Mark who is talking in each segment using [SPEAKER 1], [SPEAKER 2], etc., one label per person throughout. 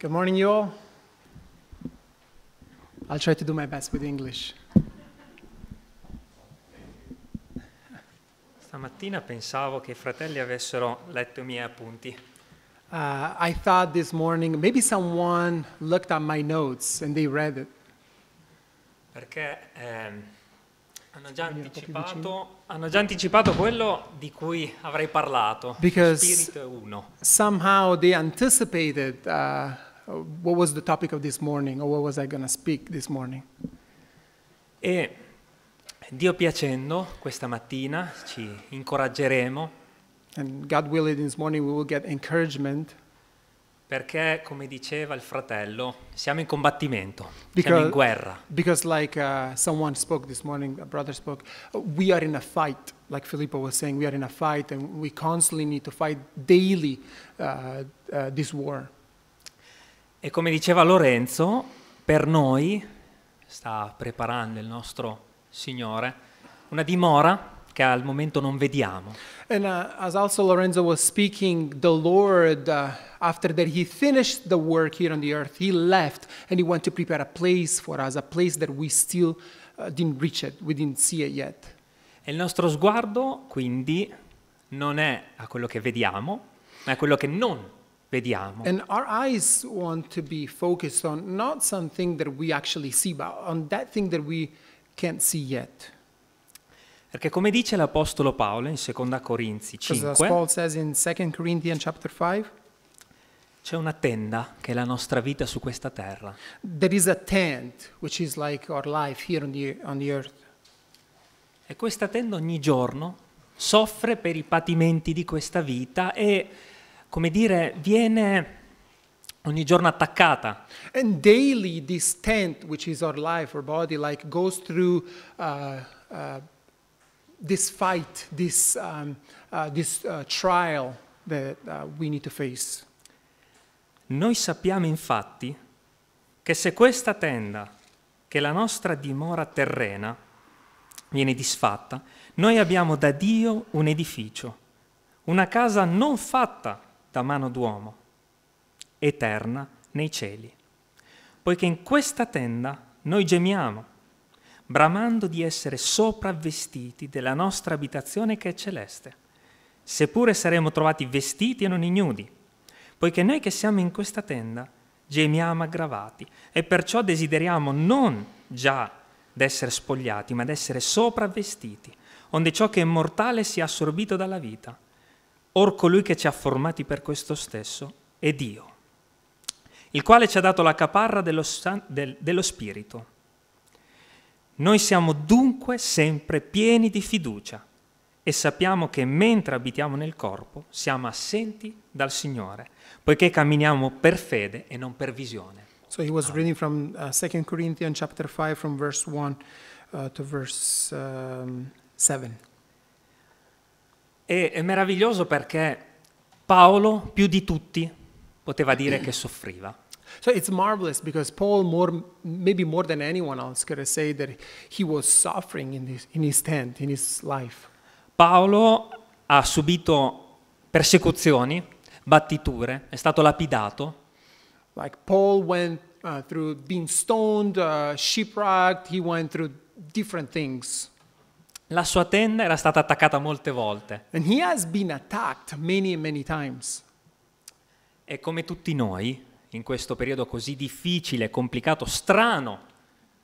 [SPEAKER 1] Good morning, you all. I'll try to do my best with English.
[SPEAKER 2] Stamattina pensavo che i fratelli avessero letto i miei appunti.
[SPEAKER 1] Uh, I thought this morning maybe someone looked at my notes and they read it.
[SPEAKER 2] perché ehm, hanno, già
[SPEAKER 1] Vieni un po' più
[SPEAKER 2] anticipato, hanno già anticipato quello di cui avrei parlato.
[SPEAKER 1] Because-
[SPEAKER 2] Spirito è uno.
[SPEAKER 1] Somehow they anticipated uh, what was the topic of this morning or what was I going to speak this morning.
[SPEAKER 2] E Dio piacendo, questa mattina ci incoraggeremo
[SPEAKER 1] And God willing, this morning we will get encouragement
[SPEAKER 2] perché, come diceva il fratello, siamo in combattimento, siamo in
[SPEAKER 1] because,
[SPEAKER 2] guerra.
[SPEAKER 1] because like uh, someone spoke this morning, a brother spoke, we are in a fight. Like Filippo was saying, we are in a fight and we constantly need to fight daily uh, uh, this war.
[SPEAKER 2] E come diceva Lorenzo, per noi sta preparando il nostro Signore una dimora che al momento non vediamo.
[SPEAKER 1] And uh, as also Lorenzo was speaking, the Lord, uh, after that he finished the work here on the earth, he left and he went to prepare a place for us, a place that we still uh, didn't reach it, we didn't see it yet.
[SPEAKER 2] E il nostro sguardo, quindi, non è a quello che vediamo, ma a quello che non vediamo.
[SPEAKER 1] And our eyes want to be focused on not something that we actually see, but on that thing that we can't see yet.
[SPEAKER 2] Perché come dice l'Apostolo Paolo in 2 Corinzi
[SPEAKER 1] Because as
[SPEAKER 2] 5,
[SPEAKER 1] Paul says in 2 Corinthians chapter 5,
[SPEAKER 2] c'è una tenda che è la nostra vita su questa terra.
[SPEAKER 1] there is a tent, which is like our life here on the, on the earth.
[SPEAKER 2] E questa tenda ogni giorno soffre per i patimenti di questa vita e, come dire, viene ogni giorno attaccata.
[SPEAKER 1] And daily, this tent, which is our life, our body, like goes through uh, uh, this fight, this, um, uh, this uh, trial that uh, we need to face.
[SPEAKER 2] Noi sappiamo infatti che se questa tenda, che è la nostra dimora terrena, viene disfatta, noi abbiamo da Dio un edificio, una casa non fatta da mano d'uomo, eterna nei cieli. Poiché in questa tenda noi gemiamo, bramando di essere sopravvestiti della nostra abitazione che è celeste, seppure saremo trovati vestiti e non ignudi, poiché noi che siamo in questa tenda gemiamo aggravati e perciò desideriamo non già d'essere spogliati, ma d'essere sopravvestiti, onde ciò che è mortale sia assorbito dalla vita. Or colui che ci ha formati per questo stesso è Dio, il quale ci ha dato la caparra dello, san- del- dello Spirito. Noi siamo dunque sempre pieni di fiducia e sappiamo che mentre abitiamo nel corpo siamo assenti dal Signore, poiché camminiamo per fede e non per visione.
[SPEAKER 1] So he was reading from uh, 2 Corinthians chapter 5, from verse 1 uh, to verse um, 7.
[SPEAKER 2] E è meraviglioso perché Paolo più di tutti poteva dire che soffriva.
[SPEAKER 1] So it's marvelous because Paul, more, maybe more than anyone else, could say that he was suffering in, this, in his tent, in his life.
[SPEAKER 2] Paolo ha subito persecuzioni, battiture, è stato lapidato,
[SPEAKER 1] Like Paul went uh, through being stoned, uh, shipwrecked, he went through different things.
[SPEAKER 2] la sua tenda era stata attaccata molte volte
[SPEAKER 1] And he has been attacked many, many times.
[SPEAKER 2] e come tutti noi, in questo periodo così difficile, complicato, strano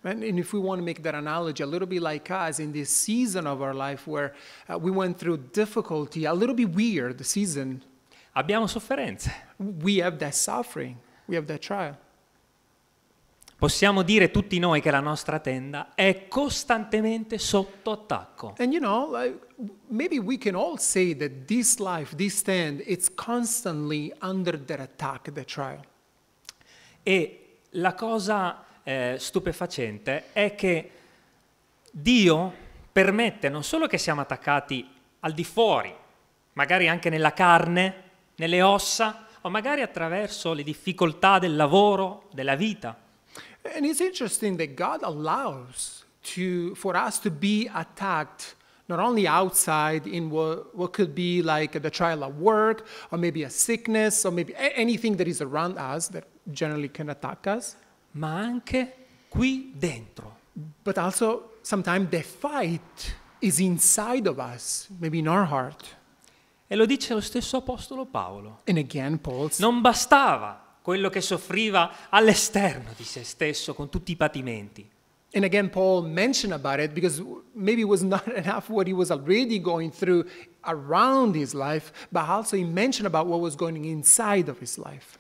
[SPEAKER 1] And, and if we want to make that analogy, a little bit like us in this season of our life where uh, we went through difficulty, a little bit weird season,
[SPEAKER 2] Abbiamo sofferenze.
[SPEAKER 1] we have that suffering, we have that trial.
[SPEAKER 2] Possiamo dire tutti noi che la nostra tenda è costantemente sotto attacco.
[SPEAKER 1] And you know, like, maybe we can all say that this life, this stand, it's constantly under that attack, the trial.
[SPEAKER 2] E la cosa eh, stupefacente è che Dio permette non solo che siamo attaccati al di fuori, magari anche nella carne, nelle ossa, o magari attraverso le difficoltà del lavoro, della vita,
[SPEAKER 1] And it's interesting that God allows to, for us to be attacked not only outside in what, what could be like the trial at work or maybe a sickness or maybe a- anything that is around us that generally can attack us,
[SPEAKER 2] ma anche qui dentro.
[SPEAKER 1] but also sometimes the fight is inside of us, maybe in our heart.
[SPEAKER 2] E lo dice lo stesso Apostolo Paolo.
[SPEAKER 1] And again, Paul says,
[SPEAKER 2] Non bastava quello che soffriva all'esterno di se stesso con tutti i patimenti.
[SPEAKER 1] and again, Paul mentioned about it because maybe it was not enough what he was already going through around his life, but also he mentioned about what was going inside of his life.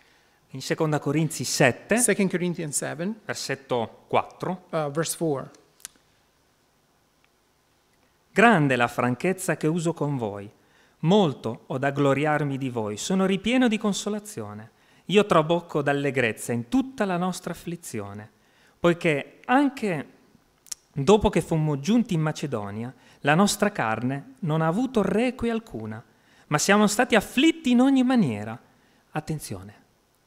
[SPEAKER 2] In 2 Corinzi 7,
[SPEAKER 1] 2 Corinthians 7,
[SPEAKER 2] versetto 4,
[SPEAKER 1] uh, verse 4.
[SPEAKER 2] grande la franchezza che uso con voi. Molto ho da gloriarmi di voi, sono ripieno di consolazione. Io trabocco d'allegrezza in tutta la nostra afflizione, poiché anche dopo che fummo giunti in Macedonia, la nostra carne non ha avuto requie alcuna, ma siamo stati afflitti in ogni maniera. Attenzione,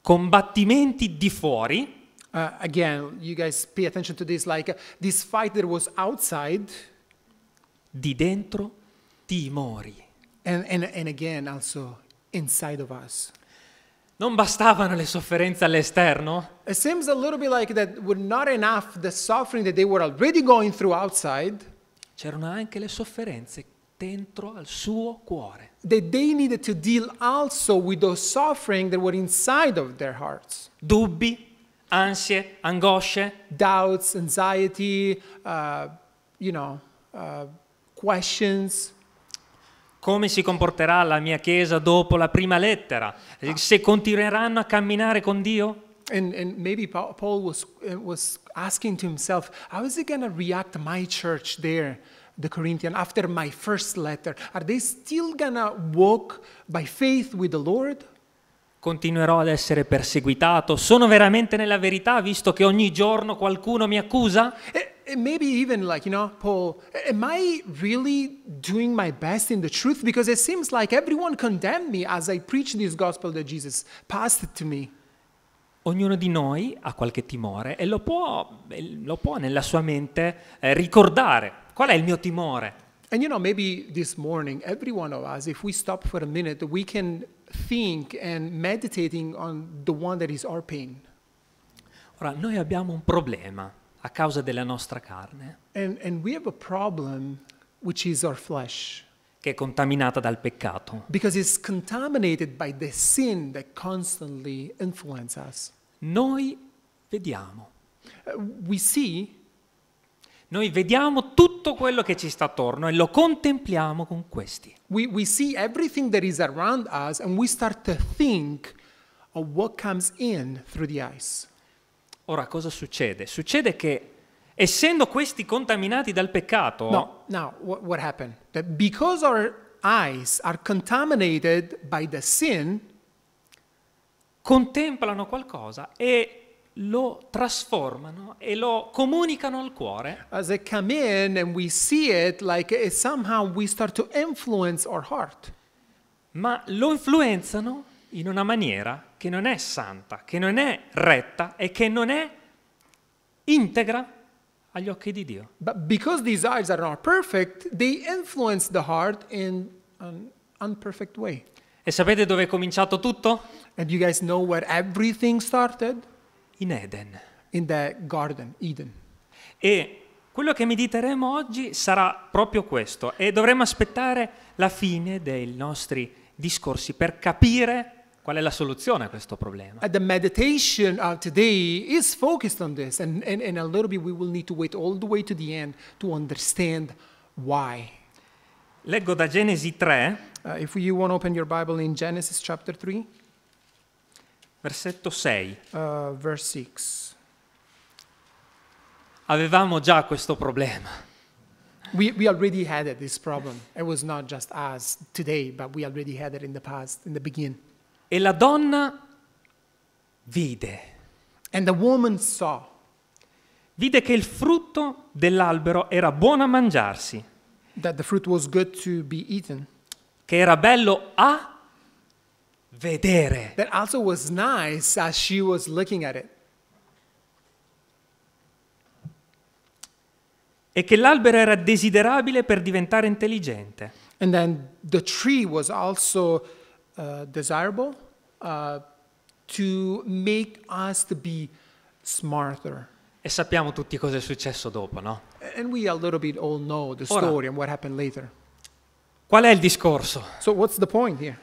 [SPEAKER 2] combattimenti di fuori,
[SPEAKER 1] Uh, again, you guys pay attention to this. Like uh, this fight that was outside,
[SPEAKER 2] di dentro timori.
[SPEAKER 1] and, and, and again, also inside of us.
[SPEAKER 2] Non bastavano le sofferenze all'esterno?
[SPEAKER 1] It seems a little bit like that were not enough the suffering that they were already going through outside,
[SPEAKER 2] c'erano anche le sofferenze dentro al suo cuore.
[SPEAKER 1] that they needed to deal also with those suffering that were inside of their hearts
[SPEAKER 2] Dubbi, ansie, angosce,
[SPEAKER 1] doubts, anxiety, uh, you know, uh, questions.
[SPEAKER 2] come si comporterà la mia chiesa dopo la prima lettera? Eh, Se continueranno a camminare con Dio?
[SPEAKER 1] And, and maybe Pa- Paul was, uh, was asking to himself, how is it going to react my church there, the Corinthian, after my first letter? Are they still going to walk by faith with the Lord?
[SPEAKER 2] Continuerò ad essere perseguitato? Sono veramente nella verità visto che ogni giorno qualcuno mi accusa?
[SPEAKER 1] Eh, eh, maybe even like, you know, Paul, eh, am I really doing my best in the truth? Because it seems like everyone condemned me as I preach this gospel that Jesus passed to me.
[SPEAKER 2] Ognuno di noi ha qualche timore e lo può, e lo può nella sua mente eh, ricordare. Qual è il mio timore?
[SPEAKER 1] And you know, maybe this morning, every one of us, if we stop for a minute, we can think and meditating on the one that is our pain.
[SPEAKER 2] Ora, noi abbiamo un problema a causa della nostra carne,
[SPEAKER 1] And, and we have a problem, which is our flesh,
[SPEAKER 2] che è contaminata dal peccato.
[SPEAKER 1] because it's contaminated by the sin that constantly influences us.
[SPEAKER 2] Noi vediamo,
[SPEAKER 1] Uh, We see
[SPEAKER 2] noi vediamo tutto quello che ci sta attorno e lo contempliamo con questi.
[SPEAKER 1] We, we see everything that is around us and we start to think of what comes in through the eyes.
[SPEAKER 2] Ora, cosa succede? Succede che, essendo questi contaminati dal peccato,
[SPEAKER 1] No, now, what, what happened? That because our eyes are contaminated by the sin,
[SPEAKER 2] contemplano qualcosa e lo trasformano e lo comunicano al cuore
[SPEAKER 1] as they come in and we see it, like eh, somehow we start to influence our heart.
[SPEAKER 2] ma lo influenzano in una maniera che non è santa, che non è retta e che non è integra agli occhi di Dio.
[SPEAKER 1] But because these eyes are not perfect, they influence the heart in an unperfect way.
[SPEAKER 2] E sapete dove è cominciato tutto?
[SPEAKER 1] And you guys know where everything started?
[SPEAKER 2] In Eden.
[SPEAKER 1] In the garden, Eden.
[SPEAKER 2] E quello che mediteremo oggi sarà proprio questo e dovremo aspettare la fine dei nostri discorsi per capire qual è la soluzione a questo problema.
[SPEAKER 1] Uh, the meditation of today is focused on this, and, and, and a little bit we will need to wait all the way to the end to understand why.
[SPEAKER 2] Leggo da Genesi 3,
[SPEAKER 1] Uh, if you want to open your Bible in Genesis chapter 3,
[SPEAKER 2] versetto 6.
[SPEAKER 1] uh, verse 6,
[SPEAKER 2] Avevamo già questo problema.
[SPEAKER 1] we, we already had it, this problem. It was not just us today, but we already had it in the past, in the beginning.
[SPEAKER 2] E la donna vide,
[SPEAKER 1] And the woman saw
[SPEAKER 2] vide che il frutto dell'albero era buono a mangiarsi,
[SPEAKER 1] that the fruit was good to be eaten,
[SPEAKER 2] che era bello a vedere
[SPEAKER 1] that also was nice as she was looking at it,
[SPEAKER 2] e che l'albero era desiderabile per diventare intelligente
[SPEAKER 1] And then the tree was also uh, desirable uh, to make us to be smarter.
[SPEAKER 2] E sappiamo tutti cosa è successo dopo, no?
[SPEAKER 1] And we a little bit all know the
[SPEAKER 2] Ora-
[SPEAKER 1] story and what happened later.
[SPEAKER 2] Qual è il discorso?
[SPEAKER 1] So what's the point here?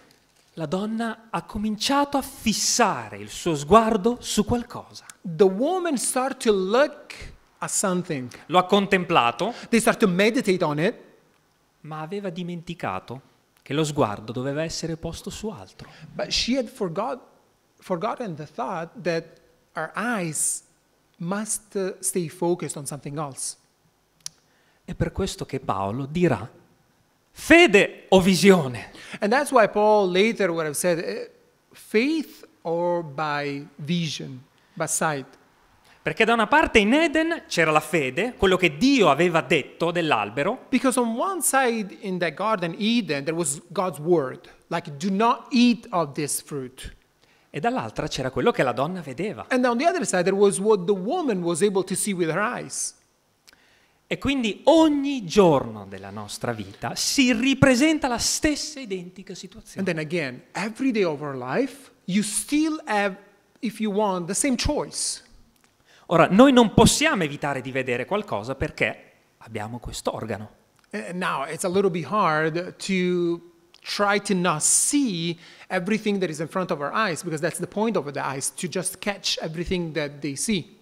[SPEAKER 2] La donna ha cominciato a fissare il suo sguardo su qualcosa.
[SPEAKER 1] The woman start to look at something.
[SPEAKER 2] Lo ha contemplato,
[SPEAKER 1] They start to meditate on it,
[SPEAKER 2] ma aveva dimenticato che lo sguardo doveva essere posto su altro.
[SPEAKER 1] but she had forgot, forgotten the thought that our eyes must uh, stay focused on something else.
[SPEAKER 2] È per questo che Paolo dirà, fede o visione?
[SPEAKER 1] And that's why Paul later would have said, eh, faith or by vision, by sight.
[SPEAKER 2] Perché da una parte in Eden c'era la fede, quello che Dio aveva detto dell'albero,
[SPEAKER 1] Because on one side in the Garden Eden, there was God's word, like, do not eat of this fruit.
[SPEAKER 2] e dall'altra c'era quello che la donna vedeva.
[SPEAKER 1] And on the other side, there was what the woman was able to see with her eyes.
[SPEAKER 2] E quindi ogni giorno della nostra vita si ripresenta la stessa identica
[SPEAKER 1] And
[SPEAKER 2] situazione.
[SPEAKER 1] then again, every day of our life, you still have, if you want, the same choice.
[SPEAKER 2] Ora, noi non possiamo evitare di vedere qualcosa perché abbiamo quest'organo.
[SPEAKER 1] And Uh, now, it's a little bit hard to try to not see everything that is in front of our eyes, because that's the point of the eyes, to just catch everything that they see.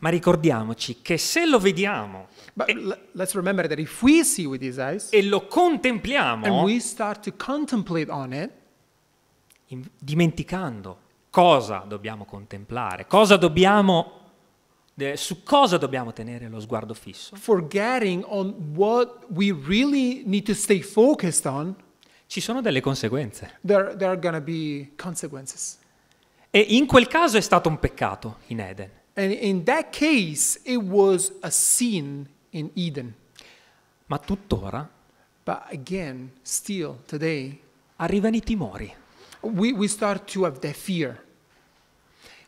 [SPEAKER 2] Ma ricordiamoci che se lo vediamo
[SPEAKER 1] But l- let's remember that if we see with these eyes,
[SPEAKER 2] e lo
[SPEAKER 1] and
[SPEAKER 2] contempliamo,
[SPEAKER 1] we start to contemplate on it,
[SPEAKER 2] in- dimenticando cosa dobbiamo contemplare, cosa dobbiamo, de- su cosa dobbiamo tenere lo sguardo fisso,
[SPEAKER 1] forgetting on what we really need to stay focused on,
[SPEAKER 2] ci sono delle conseguenze.
[SPEAKER 1] there, there are going to be consequences.
[SPEAKER 2] E in quel caso è stato un peccato in Eden.
[SPEAKER 1] And in that case, it was a sin in Eden.
[SPEAKER 2] Ma tuttora
[SPEAKER 1] But again, still today,
[SPEAKER 2] arrivano i timori.
[SPEAKER 1] we, we start to have that fear.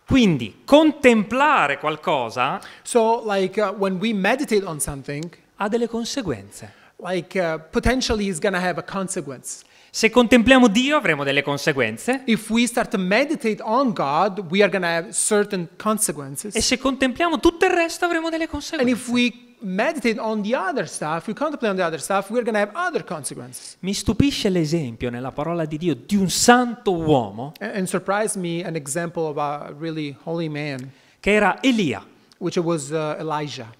[SPEAKER 2] Quindi contemplare qualcosa
[SPEAKER 1] So, like uh, when we meditate on something,
[SPEAKER 2] ha delle conseguenze.
[SPEAKER 1] like uh, potentially it's going to have a consequence.
[SPEAKER 2] Se contempliamo Dio avremo delle conseguenze
[SPEAKER 1] If we start to meditate on God, we are going to have certain
[SPEAKER 2] e
[SPEAKER 1] consequences.
[SPEAKER 2] se contempliamo tutto il resto avremo delle
[SPEAKER 1] And
[SPEAKER 2] conseguenze.
[SPEAKER 1] if we meditate on the other stuff, we contemplate on the other stuff, we're going to have other consequences.
[SPEAKER 2] Mi stupisce l'esempio nella parola di Dio di un santo uomo
[SPEAKER 1] And, and surprised me an example of a really holy man,
[SPEAKER 2] che era Elia.
[SPEAKER 1] which was uh, Elijah.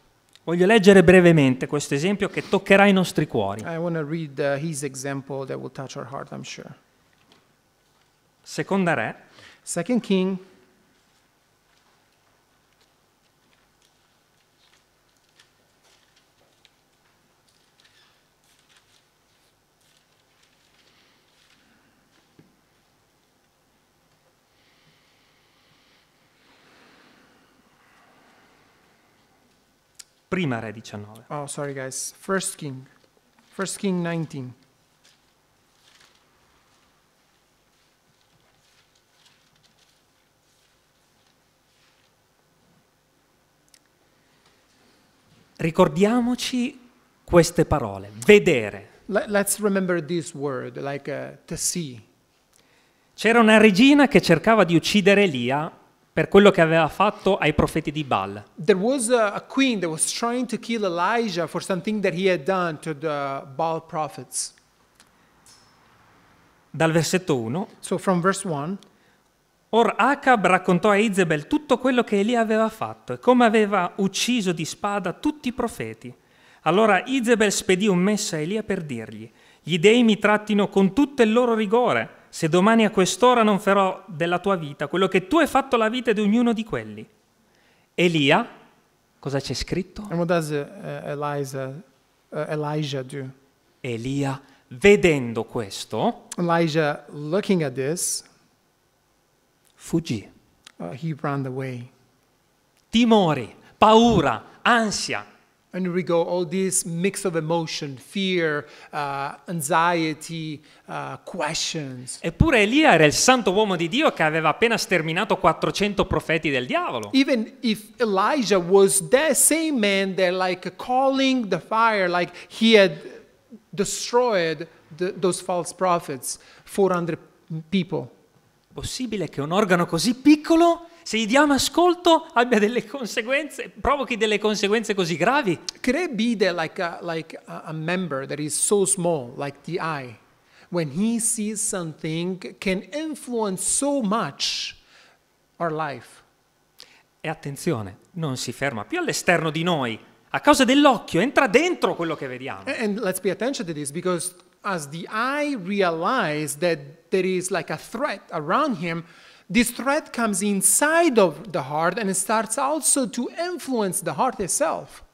[SPEAKER 2] Voglio leggere brevemente questo esempio che toccherà i nostri cuori.
[SPEAKER 1] I want to read uh, his example that will touch our heart, I'm sure.
[SPEAKER 2] Seconda Re,
[SPEAKER 1] Second King,
[SPEAKER 2] prima Re 19.
[SPEAKER 1] oh sorry guys, First King, First King 19.
[SPEAKER 2] Ricordiamoci queste parole, vedere.
[SPEAKER 1] Let, let's remember this word, like uh, to see.
[SPEAKER 2] C'era una regina che cercava di uccidere Elia per quello che aveva fatto ai profeti di Baal.
[SPEAKER 1] There was a, a queen that was trying to kill Elijah for something that he had done to the Baal prophets.
[SPEAKER 2] Dal versetto 1,
[SPEAKER 1] So from verse 1,
[SPEAKER 2] Or Acab raccontò a Izebel tutto quello che Elia aveva fatto e come aveva ucciso di spada tutti i profeti. Allora Izebel spedì un messa a Elia per dirgli: Gli dei mi trattino con tutto il loro rigore, se domani a quest'ora non farò della tua vita quello che tu hai fatto alla vita di ognuno di quelli. Elia, cosa c'è scritto?
[SPEAKER 1] and what does uh, uh, Eliza, uh, Elijah do?
[SPEAKER 2] Elia, vedendo questo,
[SPEAKER 1] Elijah, looking at this,
[SPEAKER 2] fuggì.
[SPEAKER 1] uh, he ran away.
[SPEAKER 2] Timori, paura, ansia.
[SPEAKER 1] And here we go, all this mix of emotion, fear, uh, anxiety, uh, questions.
[SPEAKER 2] Eppure Elia era il santo uomo di Dio che aveva appena sterminato 400 profeti del diavolo.
[SPEAKER 1] Even if Elijah was that same man that, like, calling the fire, like he had destroyed the, those false prophets, 400 people.
[SPEAKER 2] Possibile che un organo così piccolo, se gli diamo ascolto, abbia delle conseguenze, provochi delle conseguenze così gravi?
[SPEAKER 1] Could it be that like a, like a a member that is so small, like the eye, when he sees something can influence so much our life?
[SPEAKER 2] E attenzione, non si ferma più all'esterno di noi, a causa dell'occhio, entra dentro quello che vediamo.
[SPEAKER 1] A- And let's pay attention to this because as the eye realizes that there is like a threat around him, this threat comes inside of the heart and it starts also to influence the heart itself.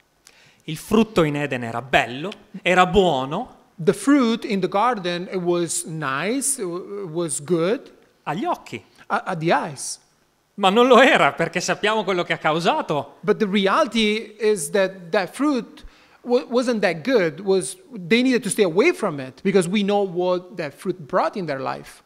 [SPEAKER 2] Il frutto in Eden era bello, era buono
[SPEAKER 1] The fruit in the garden it was nice, it wa- it was good
[SPEAKER 2] agli occhi,
[SPEAKER 1] at, at the eyes.
[SPEAKER 2] ma non lo era perché sappiamo quello che ha causato.
[SPEAKER 1] But the reality is that that fruit wa- wasn't that good. Was they needed to stay away from it because we know what that fruit brought in their life.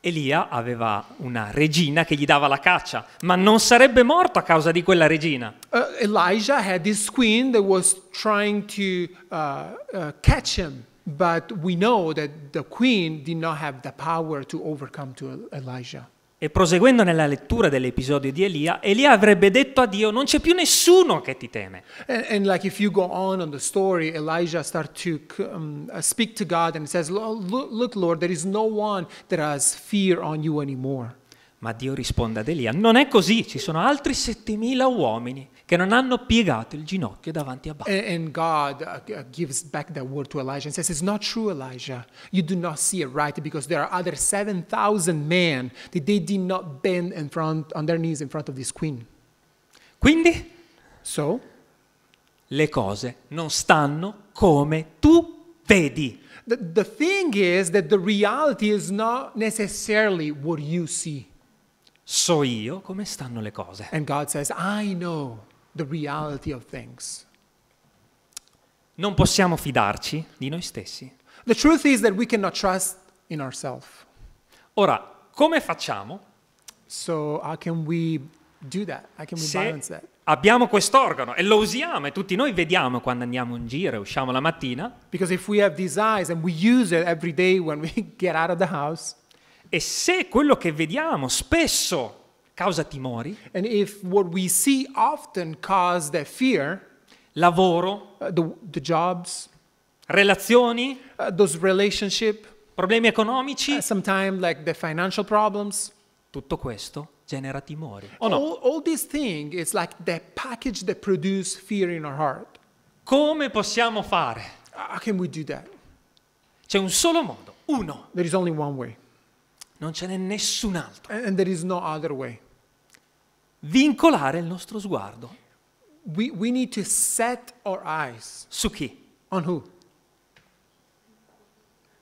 [SPEAKER 2] Elia aveva una regina che gli dava la caccia, ma non sarebbe morto a causa di quella regina.
[SPEAKER 1] Uh, Elijah had this queen that was trying to uh, uh, catch him, but we know that the queen did not have the power to overcome to Elijah.
[SPEAKER 2] E proseguendo nella lettura dell'episodio di Elia, Elia avrebbe detto a Dio, non c'è più nessuno che ti teme.
[SPEAKER 1] And, and like if you go on on the story, Elijah start to um, uh, speak to God and says, "Lo- "Look, look, Lord, there is no one that has fear on you anymore."
[SPEAKER 2] Ma Dio risponde ad Elia, non è così, ci sono altri 7000 uomini che non hanno piegato il ginocchio davanti a Baal.
[SPEAKER 1] And, and God uh, g- uh, gives back that word to Elijah and says, It's not true, Elijah. You do not see it right because there are other 7,000 men that they did not bend in front, on their knees in front of this queen.
[SPEAKER 2] Quindi
[SPEAKER 1] So
[SPEAKER 2] le cose non stanno come tu vedi.
[SPEAKER 1] the, the thing is that the reality is not necessarily what you see.
[SPEAKER 2] So io come stanno le cose.
[SPEAKER 1] And God says, I know the reality of things.
[SPEAKER 2] Non possiamo fidarci di noi stessi.
[SPEAKER 1] The truth is that we cannot trust in ourselves.
[SPEAKER 2] Ora, come facciamo
[SPEAKER 1] So, how can we do that? How can we
[SPEAKER 2] se
[SPEAKER 1] balance that?
[SPEAKER 2] abbiamo quest'organo e lo usiamo e tutti noi vediamo quando andiamo in giro e usciamo la mattina
[SPEAKER 1] Because if we have these eyes and we use it every day when we get out of the house,
[SPEAKER 2] e se quello che vediamo spesso causa timori,
[SPEAKER 1] and if what we see often cause that fear,
[SPEAKER 2] lavoro,
[SPEAKER 1] uh, the, the jobs,
[SPEAKER 2] relazioni,
[SPEAKER 1] uh, those relationship,
[SPEAKER 2] problemi economici,
[SPEAKER 1] uh, sometimes like the financial problems,
[SPEAKER 2] tutto questo genera timori. O no?
[SPEAKER 1] all, all these things, it's like the package that produce fear in our heart.
[SPEAKER 2] Come possiamo fare?
[SPEAKER 1] How can we do that?
[SPEAKER 2] C'è un solo modo, uno,
[SPEAKER 1] There is only one way,
[SPEAKER 2] non ce n'è nessun altro.
[SPEAKER 1] and, and there is no other way.
[SPEAKER 2] Vincolare il nostro sguardo.
[SPEAKER 1] We, we need to set our eyes
[SPEAKER 2] Su chi?
[SPEAKER 1] on who?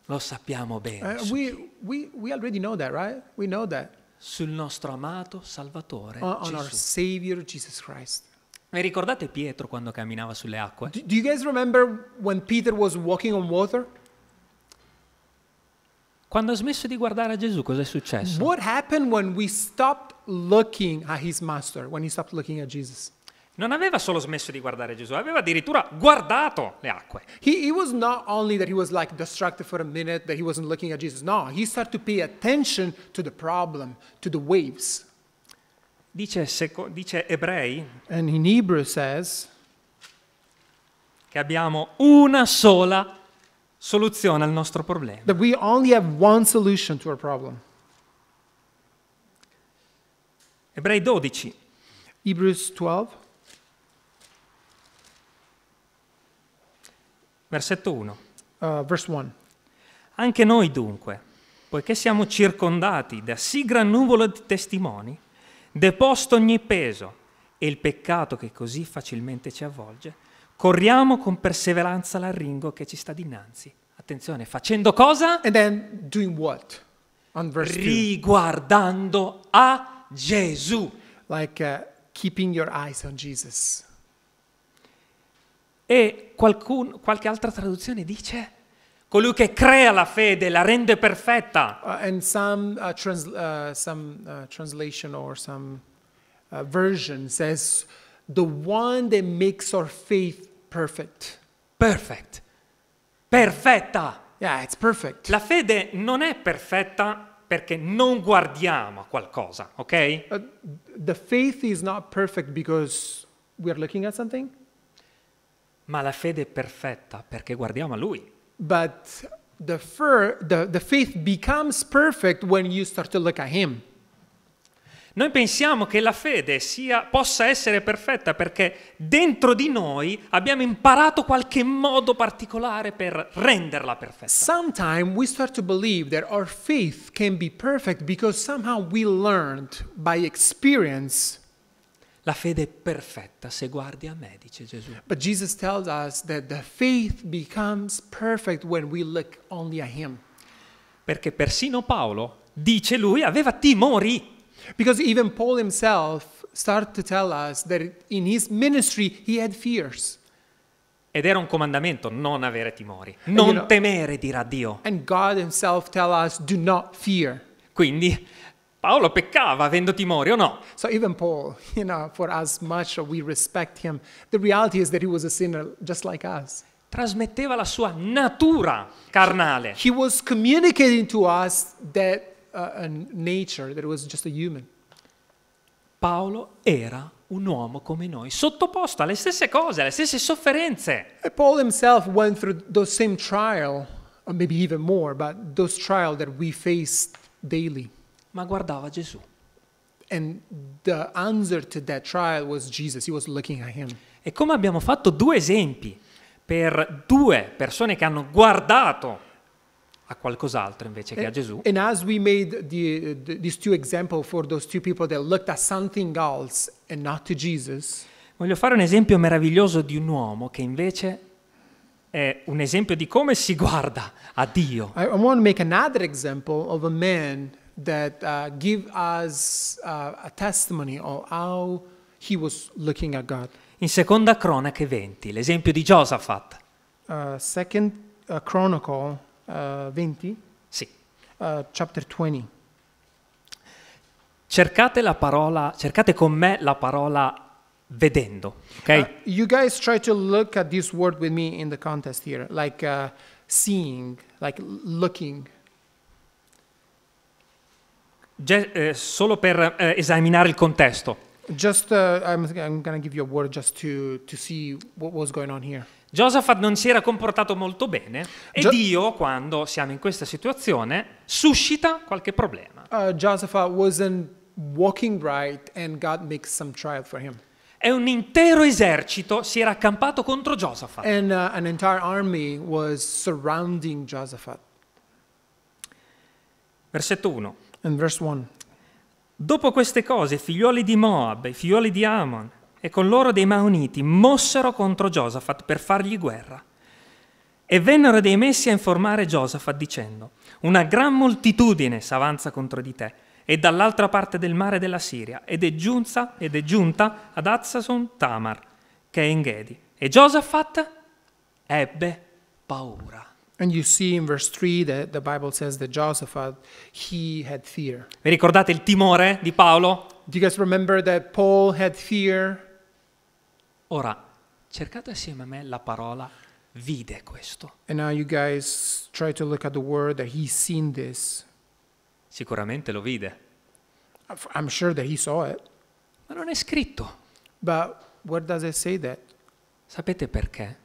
[SPEAKER 2] Lo sappiamo
[SPEAKER 1] Uh,
[SPEAKER 2] bene. su-
[SPEAKER 1] we, we, we already know that, right? We know that.
[SPEAKER 2] Sul nostro amato Salvatore
[SPEAKER 1] Uh, on, on our
[SPEAKER 2] Gesù.
[SPEAKER 1] Savior Jesus Christ.
[SPEAKER 2] Vi ricordate Pietro quando camminava sulle acque?
[SPEAKER 1] Do, do you guys remember when Peter was walking on water?
[SPEAKER 2] Quando ha smesso di guardare a Gesù, cosa è successo?
[SPEAKER 1] What happened when we stopped looking at his master, when he stopped looking at Jesus?
[SPEAKER 2] Non aveva solo smesso di guardare Gesù, aveva addirittura guardato le acque.
[SPEAKER 1] He, he was not only that he was like distracted for a minute, that he wasn't looking at Jesus. No, he started to pay attention to the problem, to the waves.
[SPEAKER 2] Dice, seco- dice Ebrei
[SPEAKER 1] And in Hebrew says,
[SPEAKER 2] che abbiamo una sola soluzione al nostro problema.
[SPEAKER 1] that we only have one solution to our problem.
[SPEAKER 2] Ebrei 12,
[SPEAKER 1] Hebrews 12,
[SPEAKER 2] versetto 1.
[SPEAKER 1] uh, verse 1.
[SPEAKER 2] Anche noi dunque, poiché siamo circondati da sì gran nuvola di testimoni, deposto ogni peso e il peccato che così facilmente ci avvolge, corriamo con perseveranza l'arringo che ci sta dinanzi. Attenzione, facendo cosa?
[SPEAKER 1] And then doing what? On verse 2.
[SPEAKER 2] Riguardando a Gesù.
[SPEAKER 1] like uh, keeping your eyes on Jesus.
[SPEAKER 2] E qualcun- qualche altra traduzione dice, colui che crea la fede, la rende perfetta.
[SPEAKER 1] Uh, and some, uh, trans- uh, some uh, translation or some uh, version says, the one that makes our faith perfect.
[SPEAKER 2] Perfect. Perfetta.
[SPEAKER 1] Yeah, it's perfect.
[SPEAKER 2] La fede non è perfetta perché non guardiamo a qualcosa, ok?
[SPEAKER 1] Uh, the faith is not perfect because we are looking at something,
[SPEAKER 2] Ma la fede è perfetta perché guardiamo a Lui.
[SPEAKER 1] but the, fir- the, the faith becomes perfect when you start to look at Him.
[SPEAKER 2] Noi pensiamo che la fede sia- possa essere perfetta perché dentro di noi abbiamo imparato qualche modo particolare per renderla perfetta.
[SPEAKER 1] Sometimes we start to believe that our faith can be perfect because somehow we learned by experience.
[SPEAKER 2] La fede è perfetta se guardi a me, dice Gesù.
[SPEAKER 1] But Jesus tells us that the faith becomes perfect when we look only at Him.
[SPEAKER 2] Perché persino Paolo, dice lui, aveva timori.
[SPEAKER 1] Because even Paul himself started to tell us that in his ministry he had fears.
[SPEAKER 2] Ed era un comandamento non avere timori.
[SPEAKER 1] you
[SPEAKER 2] Non
[SPEAKER 1] know-
[SPEAKER 2] temere, dirà Dio.
[SPEAKER 1] And God himself tells us, do not fear.
[SPEAKER 2] Quindi Paolo peccava avendo timori o no?
[SPEAKER 1] So even Paul, you know, for as much we respect him, the reality is that he was a sinner just like us.
[SPEAKER 2] Trasmetteva la sua natura carnale.
[SPEAKER 1] He was communicating to us that uh, a nature that was just a human.
[SPEAKER 2] Paolo era un uomo come noi, sottoposto alle stesse cose, alle stesse sofferenze.
[SPEAKER 1] And Paul himself went through those same trial, or maybe even more, but those trial that we face daily.
[SPEAKER 2] Ma guardava Gesù
[SPEAKER 1] And the answer to that trial was Jesus. He was looking at him.
[SPEAKER 2] E come abbiamo fatto due esempi per due persone che hanno guardato a qualcos'altro invece che a Gesù,
[SPEAKER 1] And as we made the, the, these two examples for those two people that looked at something else and not to Jesus,
[SPEAKER 2] voglio fare un esempio meraviglioso di un uomo che invece è un esempio di come si guarda a Dio.
[SPEAKER 1] I, I want to make another example of a man that uh, give us uh, a testimony of how he was looking at God.
[SPEAKER 2] In seconda cronache 20, l'esempio di Giosafat.
[SPEAKER 1] Uh, second uh, Chronicle uh, 20,
[SPEAKER 2] Sì.
[SPEAKER 1] uh, chapter 20.
[SPEAKER 2] Cercate la parola, cercate con me la parola vedendo, ok?
[SPEAKER 1] Uh, you guys try to look at this word with me in the contest here, like uh, seeing, like l- looking.
[SPEAKER 2] Ge- eh, solo per eh, esaminare il contesto.
[SPEAKER 1] Just, uh, I'm, I'm gonna give you a word just to to see what was going on here.
[SPEAKER 2] Giosafat non si era comportato molto bene e
[SPEAKER 1] Gio-
[SPEAKER 2] Dio, quando siamo in questa situazione, suscita qualche problema.
[SPEAKER 1] Uh, Josaphat wasn't walking right, and God makes some trial for him,
[SPEAKER 2] E un intero esercito si era accampato contro Giosafat.
[SPEAKER 1] and uh, an entire army was surrounding Josaphat.
[SPEAKER 2] Versetto 1.
[SPEAKER 1] In verse one,
[SPEAKER 2] Dopo queste cose, i figlioli di Moab, i figlioli di Ammon e con loro dei Maoniti mossero contro Giosafat per fargli guerra. E vennero dei messi a informare Giosafat dicendo: Una gran moltitudine s'avanza contro di te, e dall'altra parte del mare della Siria, ed è giunta, ed è giunta ad Azzason Tamar, che è in Gedi. E Giosafat ebbe paura.
[SPEAKER 1] and you see in verse three that the Bible says that Josaphat he had fear.
[SPEAKER 2] Vi ricordate il timore di Paolo?
[SPEAKER 1] Do you guys remember that Paul had fear?
[SPEAKER 2] Ora, cercate assieme a me la parola vide questo.
[SPEAKER 1] And now you guys try to look at the word that he's seen this.
[SPEAKER 2] Sicuramente lo vide,
[SPEAKER 1] I'm sure that he saw it,
[SPEAKER 2] ma non è scritto.
[SPEAKER 1] but where does it say that?
[SPEAKER 2] Sapete perché?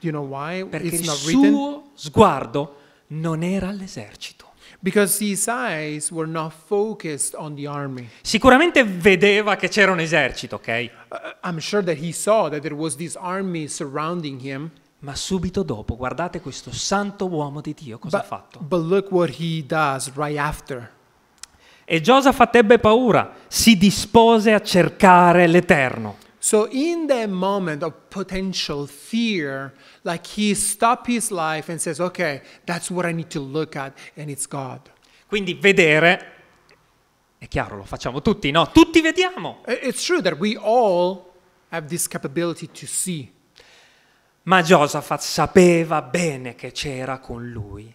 [SPEAKER 1] Do you know why
[SPEAKER 2] Perché il
[SPEAKER 1] it's not written?
[SPEAKER 2] suo sguardo non era all'esercito.
[SPEAKER 1] Because his eyes were not focused on the army.
[SPEAKER 2] Sicuramente vedeva che c'era un esercito, ok?
[SPEAKER 1] Uh, I'm sure that he saw that there was this army surrounding him.
[SPEAKER 2] Ma subito dopo, guardate questo santo uomo di Dio cosa ha
[SPEAKER 1] But,
[SPEAKER 2] fatto.
[SPEAKER 1] but look what he does right after.
[SPEAKER 2] E Giosafat ebbe paura, si dispose a cercare l'Eterno.
[SPEAKER 1] So in that moment of potential fear, like he stopped his life and says, okay, that's what I need to look at, and it's God.
[SPEAKER 2] Quindi vedere, è chiaro, lo facciamo tutti, no? Tutti vediamo.
[SPEAKER 1] I- It's true that we all have this capability to see,
[SPEAKER 2] Ma Giosafat sapeva bene che c'era con lui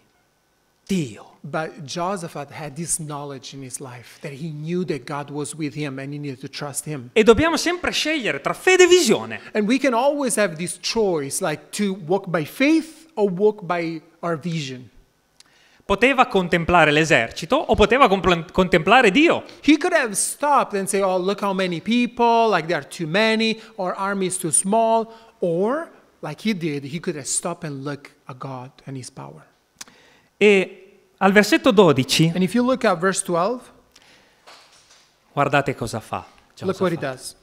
[SPEAKER 2] Dio.
[SPEAKER 1] but Josaphat had this knowledge in his life that he knew that God was with him and he needed to trust him.
[SPEAKER 2] E dobbiamo sempre scegliere tra fede e visione.
[SPEAKER 1] And we can always have this choice like to walk by faith or walk by our vision.
[SPEAKER 2] poteva contemplare l'esercito o poteva compl- contemplare Dio.
[SPEAKER 1] He could have stopped and say, "Oh, look how many people! Like there are too many, or army is too small." Or, like he did, he could have stopped and look at God and His power.
[SPEAKER 2] E al versetto 12,
[SPEAKER 1] And if you look at verse 12,
[SPEAKER 2] guardate cosa fa.
[SPEAKER 1] look what he
[SPEAKER 2] Giosafat.
[SPEAKER 1] does.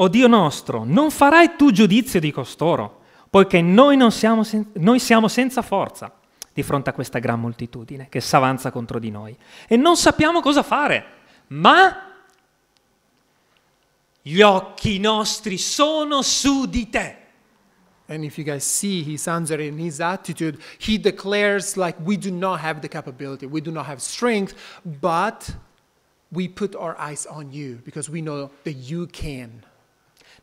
[SPEAKER 2] O Dio nostro, non farai tu giudizio di costoro, poiché noi, non siamo, sen- noi siamo senza forza di fronte a questa gran moltitudine che s'avanza contro di noi e non sappiamo cosa fare, ma gli occhi nostri sono su di te.
[SPEAKER 1] And if you guys see his answer in his attitude, he declares, like, we do not have the capability, we do not have strength, but we put our eyes on you because we know that you can.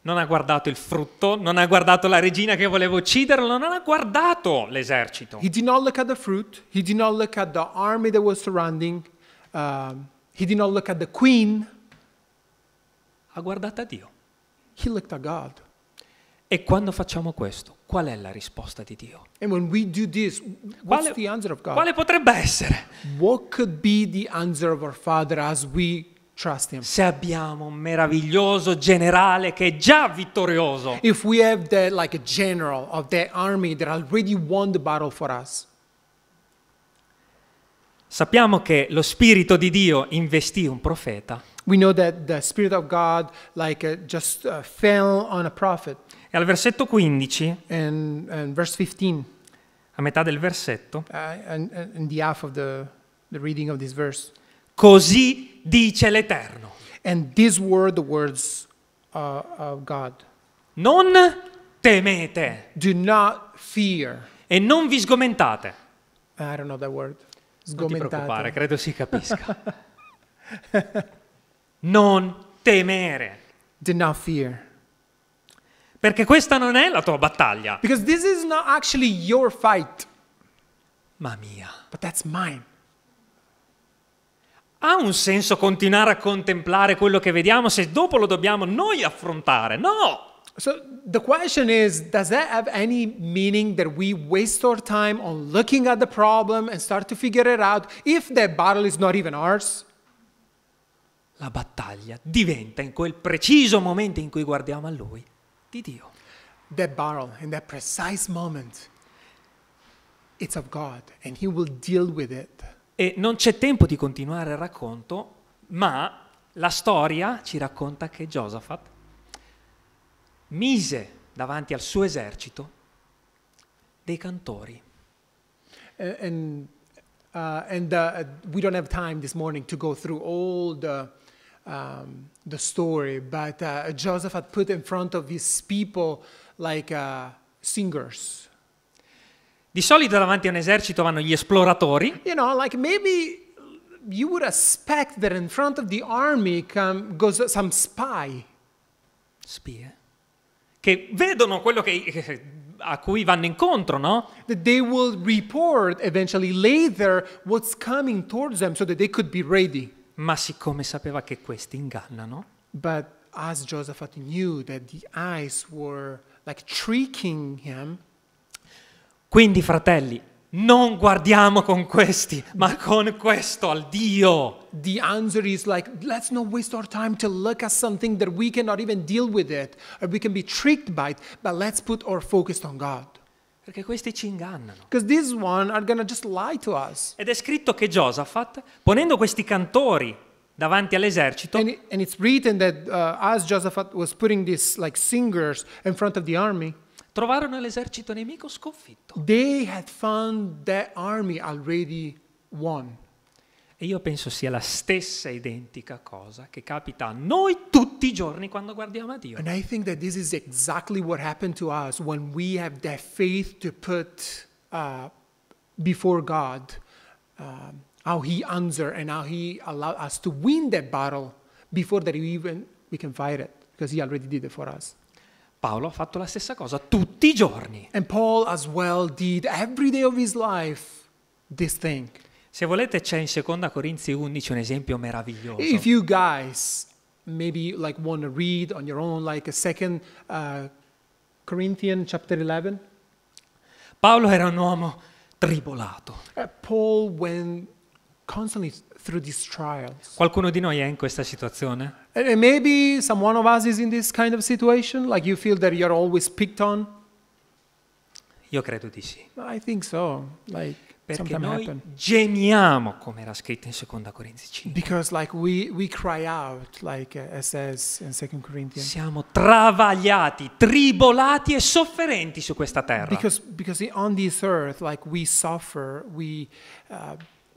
[SPEAKER 2] Non ha guardato il frutto, non ha guardato la regina che voleva ucciderlo, non ha guardato l'esercito.
[SPEAKER 1] He did not look at the fruit, he did not look at the army that was surrounding, um, he did not look at the queen,
[SPEAKER 2] Ha guardato a Dio.
[SPEAKER 1] he looked at God.
[SPEAKER 2] E quando facciamo questo, qual è la risposta di Dio?
[SPEAKER 1] And when we do this, what's
[SPEAKER 2] Quale-
[SPEAKER 1] the answer of God?
[SPEAKER 2] Quale potrebbe essere?
[SPEAKER 1] What could be the answer of our Father as we trust Him?
[SPEAKER 2] Se abbiamo un meraviglioso generale che è già vittorioso,
[SPEAKER 1] If we have that, like a general of that army that already won the battle for us,
[SPEAKER 2] sappiamo che lo Spirito di Dio investì un profeta
[SPEAKER 1] we know that the Spirit of God, like, uh, just uh, fell on a prophet.
[SPEAKER 2] e al versetto 15,
[SPEAKER 1] And, and verse 15,
[SPEAKER 2] a metà del versetto,
[SPEAKER 1] uh, and, and and the half of the, the reading of this verse.
[SPEAKER 2] così dice l'Eterno.
[SPEAKER 1] And these were the words uh, of God
[SPEAKER 2] Non temete
[SPEAKER 1] Do not fear.
[SPEAKER 2] e non vi sgomentate.
[SPEAKER 1] I don't know that word.
[SPEAKER 2] Non ti preoccupare,
[SPEAKER 1] Sgomentate.
[SPEAKER 2] credo si capisca. non temere,
[SPEAKER 1] Do not fear.
[SPEAKER 2] perché questa non è la tua battaglia,
[SPEAKER 1] Because this is not actually your fight,
[SPEAKER 2] ma mia.
[SPEAKER 1] but that's mine.
[SPEAKER 2] Ha un senso continuare a contemplare quello che vediamo se dopo lo dobbiamo noi affrontare? No!
[SPEAKER 1] So the question is Does that have any meaning that we waste our time on looking at the problem and start to figure it out if that battle is not even ours?
[SPEAKER 2] La battaglia diventa in quel preciso momento in cui guardiamo a Lui, di Dio.
[SPEAKER 1] That battle in that precise moment, it's of God and He will deal with it.
[SPEAKER 2] E non c'è tempo di continuare il racconto, ma la storia ci racconta che Giosafat mise davanti al suo esercito dei cantori.
[SPEAKER 1] A- and uh, and uh, we don't have time this morning to go through all the um, the story, but uh, Joseph had put in front of his people like uh, singers.
[SPEAKER 2] Di solito davanti a un esercito vanno gli esploratori,
[SPEAKER 1] You know, like maybe you would expect that in front of the army come, goes some spy.
[SPEAKER 2] spie, che vedono quello che- a cui vanno incontro, no?
[SPEAKER 1] That they will report eventually later what's coming towards them so that they could be ready.
[SPEAKER 2] Ma siccome sapeva che questi ingannano,
[SPEAKER 1] But as Joseph knew that the eyes were like tricking him,
[SPEAKER 2] quindi fratelli, non guardiamo con questi, ma con questo al Dio.
[SPEAKER 1] the answer is like, let's not waste our time to look at something that we cannot even deal with it, or we can be tricked by it, but let's put our focus on God.
[SPEAKER 2] Perché questi ci ingannano.
[SPEAKER 1] Because these one are gonna just lie to us.
[SPEAKER 2] Ed è scritto che Giosafat, ponendo questi cantori davanti all'esercito,
[SPEAKER 1] And, it- and it's written that uh, as Joseph was putting these like singers in front of the army,
[SPEAKER 2] trovarono l'esercito nemico sconfitto.
[SPEAKER 1] they had found that army already won.
[SPEAKER 2] E io penso sia la stessa identica cosa che capita a noi tutti i giorni quando guardiamo a Dio.
[SPEAKER 1] And I think that this is exactly what happened to us when we have that faith to put uh, before God um, how He answers and how He allowed us to win that battle before that we even we can fight it because He already did it for us.
[SPEAKER 2] Paolo ha fatto la stessa cosa tutti i giorni.
[SPEAKER 1] And Paul as well did every day of his life this thing.
[SPEAKER 2] Se volete c'è in 2 Corinzi 11 un esempio meraviglioso.
[SPEAKER 1] If you guys maybe like want to read on your own like a second uh, Corinthians chapter 11.
[SPEAKER 2] Paolo era un uomo tribolato.
[SPEAKER 1] Uh, Paul went constantly through these trials.
[SPEAKER 2] Qualcuno di noi è in questa situazione?
[SPEAKER 1] And and maybe some one of us is in this kind of situation, like you feel that you're always picked on.
[SPEAKER 2] Io credo di sì.
[SPEAKER 1] I think so. Like
[SPEAKER 2] Perché
[SPEAKER 1] sometimes
[SPEAKER 2] noi
[SPEAKER 1] happen.
[SPEAKER 2] gemiamo, come era scritto in 2 Corinzi 5.
[SPEAKER 1] Because like we we cry out, like uh, it says in Second Corinthians.
[SPEAKER 2] Siamo travagliati, tribolati e sofferenti su questa terra.
[SPEAKER 1] Because because on this earth, like we suffer, we uh,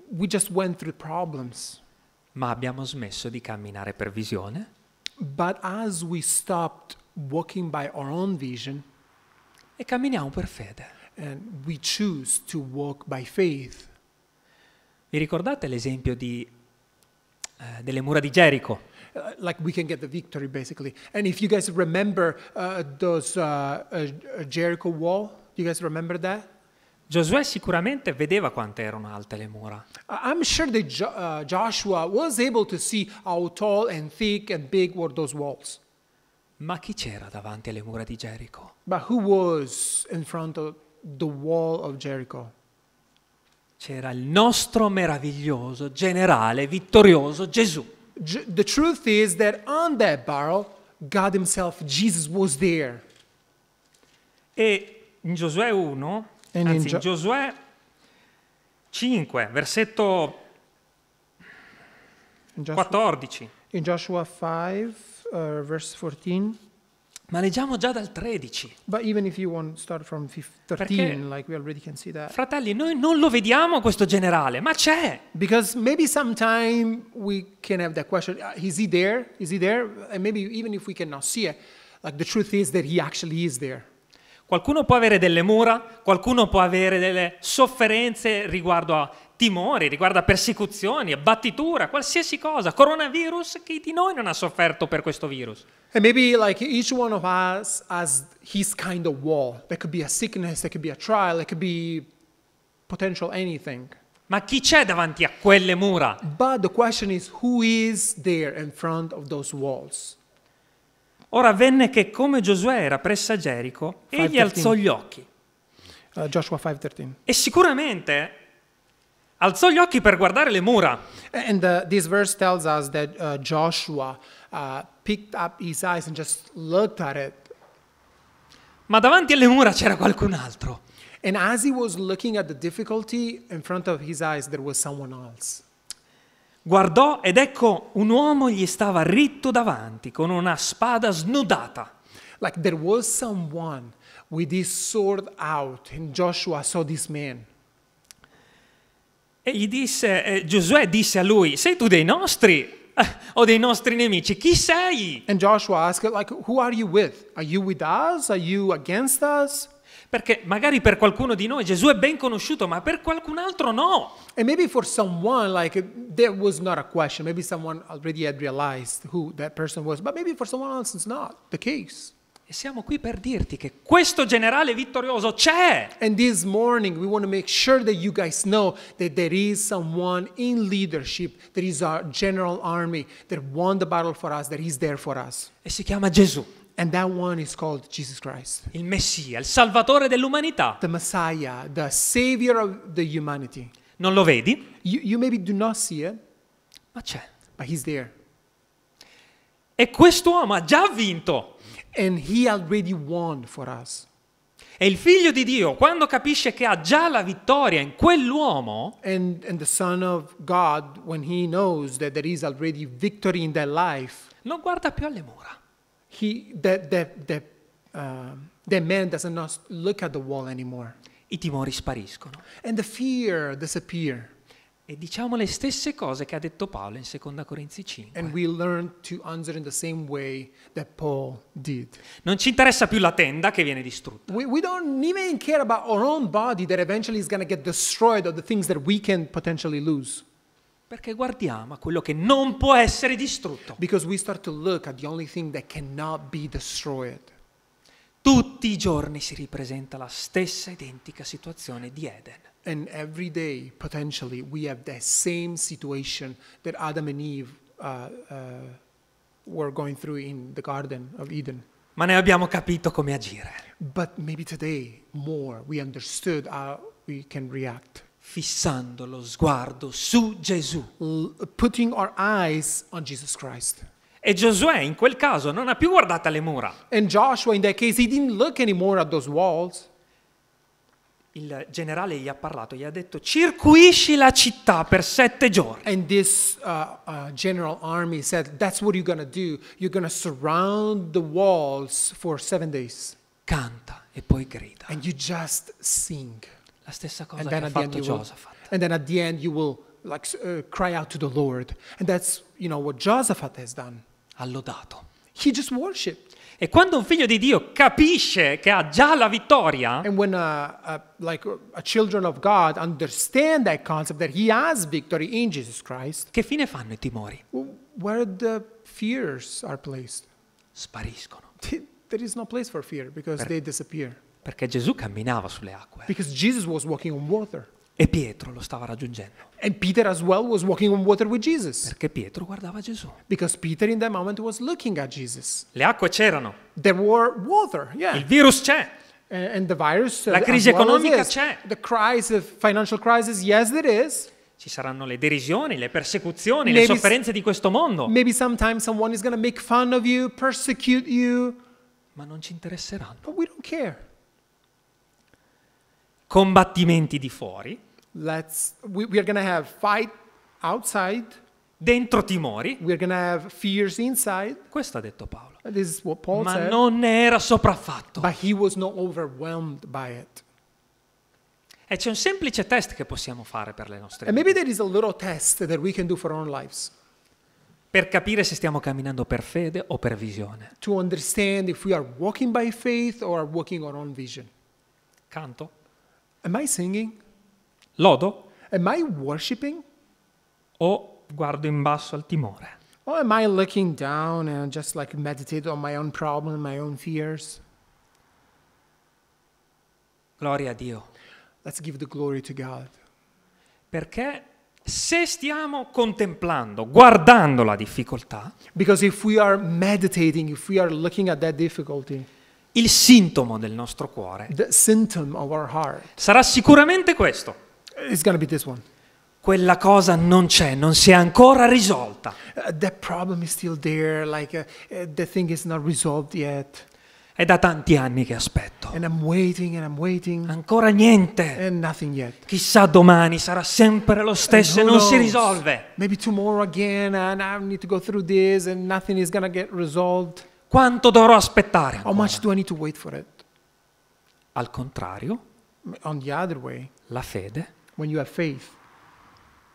[SPEAKER 1] we just went through problems.
[SPEAKER 2] Ma abbiamo smesso di camminare per visione
[SPEAKER 1] But as we stopped walking by our own vision,
[SPEAKER 2] e camminiamo per fede.
[SPEAKER 1] and we choose to walk by faith.
[SPEAKER 2] Vi ricordate l'esempio di, eh, delle mura di Gerico?
[SPEAKER 1] Uh, like we can get the victory basically. And if you guys remember uh, those uh, uh, Jericho wall, you guys remember that?
[SPEAKER 2] Giosuè sicuramente vedeva quanto erano alte le mura,
[SPEAKER 1] I- I'm sure that jo- uh, Joshua was able to see how tall and thick and big were those walls.
[SPEAKER 2] ma chi c'era davanti alle mura di Gerico?
[SPEAKER 1] But who was in front of the wall of Jericho?
[SPEAKER 2] C'era il nostro meraviglioso, generale, vittorioso Gesù.
[SPEAKER 1] J- the truth is that on that barrel, God Himself, Jesus, was there.
[SPEAKER 2] E in Giosuè 1,
[SPEAKER 1] E in
[SPEAKER 2] anzi in
[SPEAKER 1] Gio-
[SPEAKER 2] Giosuè 5, versetto
[SPEAKER 1] In Joshua,
[SPEAKER 2] 14,
[SPEAKER 1] in Joshua 5, uh, verse 14.
[SPEAKER 2] ma leggiamo già dal 13.
[SPEAKER 1] But even if you want to start from fif- 13,
[SPEAKER 2] Perché-
[SPEAKER 1] like we already can see that.
[SPEAKER 2] Fratelli, noi non lo vediamo questo generale, ma c'è.
[SPEAKER 1] Because maybe sometime we can have that question uh, is he there? Is he there? And maybe even if we cannot see it, like the truth is that he actually is there.
[SPEAKER 2] Qualcuno può avere delle mura, qualcuno può avere delle sofferenze riguardo a timori, riguardo a persecuzioni, abbattitura, qualsiasi cosa. Coronavirus, chi di noi non ha sofferto per questo virus?
[SPEAKER 1] And maybe like each one of us has his kind of wall. That could be a sickness, that could be a trial, it could be potential anything.
[SPEAKER 2] Ma chi c'è davanti a quelle mura?
[SPEAKER 1] But the question is who is there in front of those walls?
[SPEAKER 2] Ora venne che come Giosuè era presso a Gerico, egli
[SPEAKER 1] 5:13.
[SPEAKER 2] alzò gli occhi.
[SPEAKER 1] Uh, Joshua 5:13.
[SPEAKER 2] E sicuramente alzò gli occhi per guardare le mura.
[SPEAKER 1] And uh, this verse tells us that uh, Joshua uh, picked up his eyes and just looked at it.
[SPEAKER 2] Ma davanti alle mura c'era qualcun altro.
[SPEAKER 1] And as he was looking at the difficolty in front of his eyes, there was someone else.
[SPEAKER 2] Guardò ed ecco un uomo gli stava ritto davanti con una spada snodata.
[SPEAKER 1] Like there was someone with his sword out, and Joshua saw this man.
[SPEAKER 2] E gli disse, eh, Giosuè disse a lui, sei tu dei nostri eh, o dei nostri nemici? Chi sei?
[SPEAKER 1] And Joshua asked, like, who are you with? Are you with us? Are you against us?
[SPEAKER 2] Perché magari per qualcuno di noi Gesù è ben conosciuto, ma per qualcun altro no.
[SPEAKER 1] And maybe for someone, like, there was not a question. Maybe someone already had realized who that person was. But maybe for someone else, it's not the case.
[SPEAKER 2] E siamo qui per dirti che questo generale vittorioso c'è.
[SPEAKER 1] And this morning, we want to make sure that you guys know that there is someone in leadership, there is our general army that won the battle for us, that is there for us.
[SPEAKER 2] E si chiama Gesù,
[SPEAKER 1] And that one is called Jesus Christ,
[SPEAKER 2] il Messia, il Salvatore dell'umanità.
[SPEAKER 1] the Messiah, the Savior of the humanity.
[SPEAKER 2] Non lo vedi,
[SPEAKER 1] You, you maybe do not see it,
[SPEAKER 2] ma c'è.
[SPEAKER 1] but He's there.
[SPEAKER 2] E quest'uomo ha già vinto.
[SPEAKER 1] And He already won for us.
[SPEAKER 2] E il figlio di Dio, quando capisce che ha già la vittoria in quell'uomo,
[SPEAKER 1] And, and the Son of God, when He knows that there is already victory in that life,
[SPEAKER 2] non guarda più alle mura.
[SPEAKER 1] he that that that um, that man does not look at the wall anymore
[SPEAKER 2] I timori spariscono.
[SPEAKER 1] and the fear disappear
[SPEAKER 2] E diciamo le stesse cose che ha detto Paolo in 2 Corinzi 5.
[SPEAKER 1] and we learn to answer in the same way that paul did
[SPEAKER 2] Non ci interessa più la tenda che viene distrutta.
[SPEAKER 1] we, we don't even care about our own body that eventually is going to get destroyed or the things that we can potentially lose
[SPEAKER 2] Perché guardiamo a quello che non può essere distrutto.
[SPEAKER 1] because we start to look at the only thing that cannot be destroyed
[SPEAKER 2] Tutti i giorni si ripresenta la stessa identica situazione di Eden.
[SPEAKER 1] and every day potentially we have that same situation that adam and eve uh, uh, were going through in the garden of eden
[SPEAKER 2] ma ne abbiamo capito come agire,
[SPEAKER 1] But maybe today, more, we understood how we can react.
[SPEAKER 2] fissando lo sguardo su Gesù.
[SPEAKER 1] L- putting our eyes on Jesus Christ.
[SPEAKER 2] E Giosuè in quel caso non ha più guardato le mura.
[SPEAKER 1] And Joshua, in that case, he didn't look anymore at those walls.
[SPEAKER 2] Il generale gli ha parlato, gli ha detto circuisci la città per sette giorni.
[SPEAKER 1] And this uh, uh, general army said, That's what you're going to do. You're going to surround the walls for seven days.
[SPEAKER 2] Canta e poi grida.
[SPEAKER 1] And you just sing.
[SPEAKER 2] La stessa cosa
[SPEAKER 1] And
[SPEAKER 2] che
[SPEAKER 1] then,
[SPEAKER 2] ha
[SPEAKER 1] at the end
[SPEAKER 2] fatto
[SPEAKER 1] you will,
[SPEAKER 2] Giosafat.
[SPEAKER 1] and then at the end, you will like s- uh, cry out to the Lord. And that's, you know, what Josaphat has done.
[SPEAKER 2] Ha lodato.
[SPEAKER 1] He just worshiped.
[SPEAKER 2] E quando un figlio di Dio capisce che ha già la vittoria,
[SPEAKER 1] And when uh, uh, like uh, a children of God understand that concept that He has victory in Jesus Christ,
[SPEAKER 2] che fine fanno i timori?
[SPEAKER 1] w- where the fears are placed,
[SPEAKER 2] Spariscono.
[SPEAKER 1] there is no place for fear because they disappear.
[SPEAKER 2] Perché Gesù camminava sulle acque
[SPEAKER 1] Because Jesus was walking on water,
[SPEAKER 2] e Pietro lo stava raggiungendo.
[SPEAKER 1] and Peter as well was walking on water with Jesus.
[SPEAKER 2] Perché Pietro guardava Gesù.
[SPEAKER 1] Because Peter in that moment was looking at Jesus.
[SPEAKER 2] Le acque c'erano,
[SPEAKER 1] There were water, yeah,
[SPEAKER 2] il virus c'è,
[SPEAKER 1] and, and the virus. uh,
[SPEAKER 2] La
[SPEAKER 1] as
[SPEAKER 2] crisi
[SPEAKER 1] well as
[SPEAKER 2] economica
[SPEAKER 1] this.
[SPEAKER 2] c'è.
[SPEAKER 1] The crisis, financial crisis, yes, there is.
[SPEAKER 2] ci saranno le derisioni, le persecuzioni, le
[SPEAKER 1] Maybe s-
[SPEAKER 2] sofferenze di questo mondo,
[SPEAKER 1] Maybe sometimes someone is gonna make fun of you, persecute you,
[SPEAKER 2] ma non ci interesseranno.
[SPEAKER 1] but we don't care.
[SPEAKER 2] Combattimenti di fuori,
[SPEAKER 1] Let's we, we are gonna have fight outside,
[SPEAKER 2] dentro timori,
[SPEAKER 1] we're gonna have fears inside.
[SPEAKER 2] questo ha detto Paolo.
[SPEAKER 1] This is what Paul
[SPEAKER 2] Ma
[SPEAKER 1] said.
[SPEAKER 2] non ne era sopraffatto.
[SPEAKER 1] But he was not overwhelmed by it.
[SPEAKER 2] E c'è un semplice test che possiamo fare per le nostre
[SPEAKER 1] And maybe
[SPEAKER 2] vite,
[SPEAKER 1] there is a little test that we can do for our own lives
[SPEAKER 2] per capire se stiamo camminando per fede o per visione.
[SPEAKER 1] to understand if we are walking by faith or are walking our own vision.
[SPEAKER 2] Canto?
[SPEAKER 1] Am I singing?
[SPEAKER 2] Lodo?
[SPEAKER 1] Am I worshiping?
[SPEAKER 2] O guardo in basso al timore?
[SPEAKER 1] Or am I looking down and just like meditate on my own problem, my own fears?
[SPEAKER 2] Gloria a Dio.
[SPEAKER 1] Let's give the glory to God.
[SPEAKER 2] Perché se stiamo contemplando, guardando la difficoltà,
[SPEAKER 1] Because if we are meditating, if we are looking at that difficolty,
[SPEAKER 2] il sintomo del nostro cuore
[SPEAKER 1] the symptom of our heart
[SPEAKER 2] sarà sicuramente questo.
[SPEAKER 1] is going to be this one.
[SPEAKER 2] Quella cosa non c'è, non si è ancora risolta.
[SPEAKER 1] Uh, that problem is still there, like uh, uh, the thing is not resolved yet.
[SPEAKER 2] È da tanti anni che aspetto.
[SPEAKER 1] And I'm waiting and I'm waiting
[SPEAKER 2] Ancora niente.
[SPEAKER 1] and nothing yet.
[SPEAKER 2] Chissà domani sarà sempre lo stesso e
[SPEAKER 1] And who
[SPEAKER 2] non si
[SPEAKER 1] knows?
[SPEAKER 2] risolve.
[SPEAKER 1] Maybe tomorrow again and I need to go through this and nothing is going to get resolved.
[SPEAKER 2] Quanto dovrò aspettare?
[SPEAKER 1] How
[SPEAKER 2] ancora?
[SPEAKER 1] much do I need to wait for it?
[SPEAKER 2] Al contrario,
[SPEAKER 1] On the other way,
[SPEAKER 2] la fede.
[SPEAKER 1] when you have faith,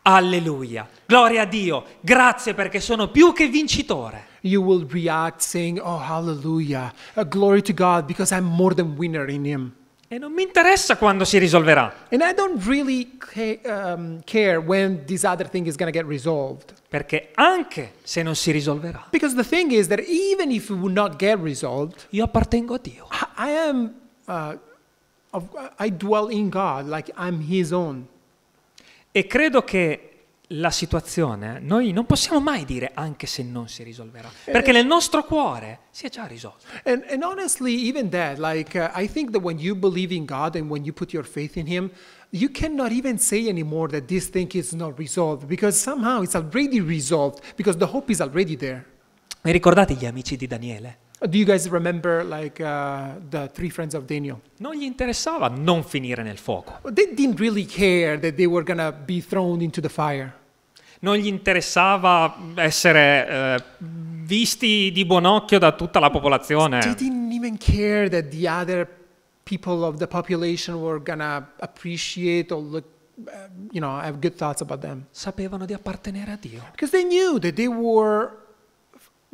[SPEAKER 2] Alleluia. Gloria a Dio. Grazie perché sono più che vincitore.
[SPEAKER 1] you will react saying, Oh, hallelujah, uh, glory to God, because I'm more than winner in Him.
[SPEAKER 2] E non mi interessa quando si risolverà,
[SPEAKER 1] And I don't really ca- um, care when this other thing is going to get resolved.
[SPEAKER 2] perché anche se non si risolverà,
[SPEAKER 1] Because the thing is that even if it would not get resolved,
[SPEAKER 2] io appartengo a Dio.
[SPEAKER 1] I I am, uh, of, uh, I dwell in God, like I'm His own.
[SPEAKER 2] E credo che la situazione, noi non possiamo mai dire anche se non si risolverà, perché nel nostro cuore si è già risolta.
[SPEAKER 1] And, and honestly, even that, like, uh, I think that when you believe in God and when you put your faith in Him, you cannot even say anymore that this thing is not resolved because somehow it's already resolved because the hope is already there.
[SPEAKER 2] Vi ricordate gli amici di Daniele?
[SPEAKER 1] Uh, Do you guys remember, like, uh, the three friends of Daniel?
[SPEAKER 2] Non gli interessava non finire nel fuoco,
[SPEAKER 1] They didn't really care that they were gonna be thrown into the fire.
[SPEAKER 2] non gli interessava essere eh, visti di buon occhio da tutta la
[SPEAKER 1] They
[SPEAKER 2] popolazione.
[SPEAKER 1] didn't even care that the other people of the population were gonna appreciate or look, uh, you know, have good thoughts about them.
[SPEAKER 2] Sapevano di appartenere a Dio.
[SPEAKER 1] Because they knew that they were,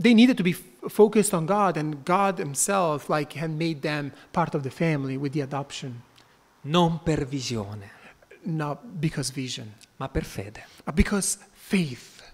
[SPEAKER 1] they needed to be f- focused on God, and God Himself, like, had made them part of the family with the adoption,
[SPEAKER 2] non per visione,
[SPEAKER 1] not because vision,
[SPEAKER 2] ma per fede,
[SPEAKER 1] but because faith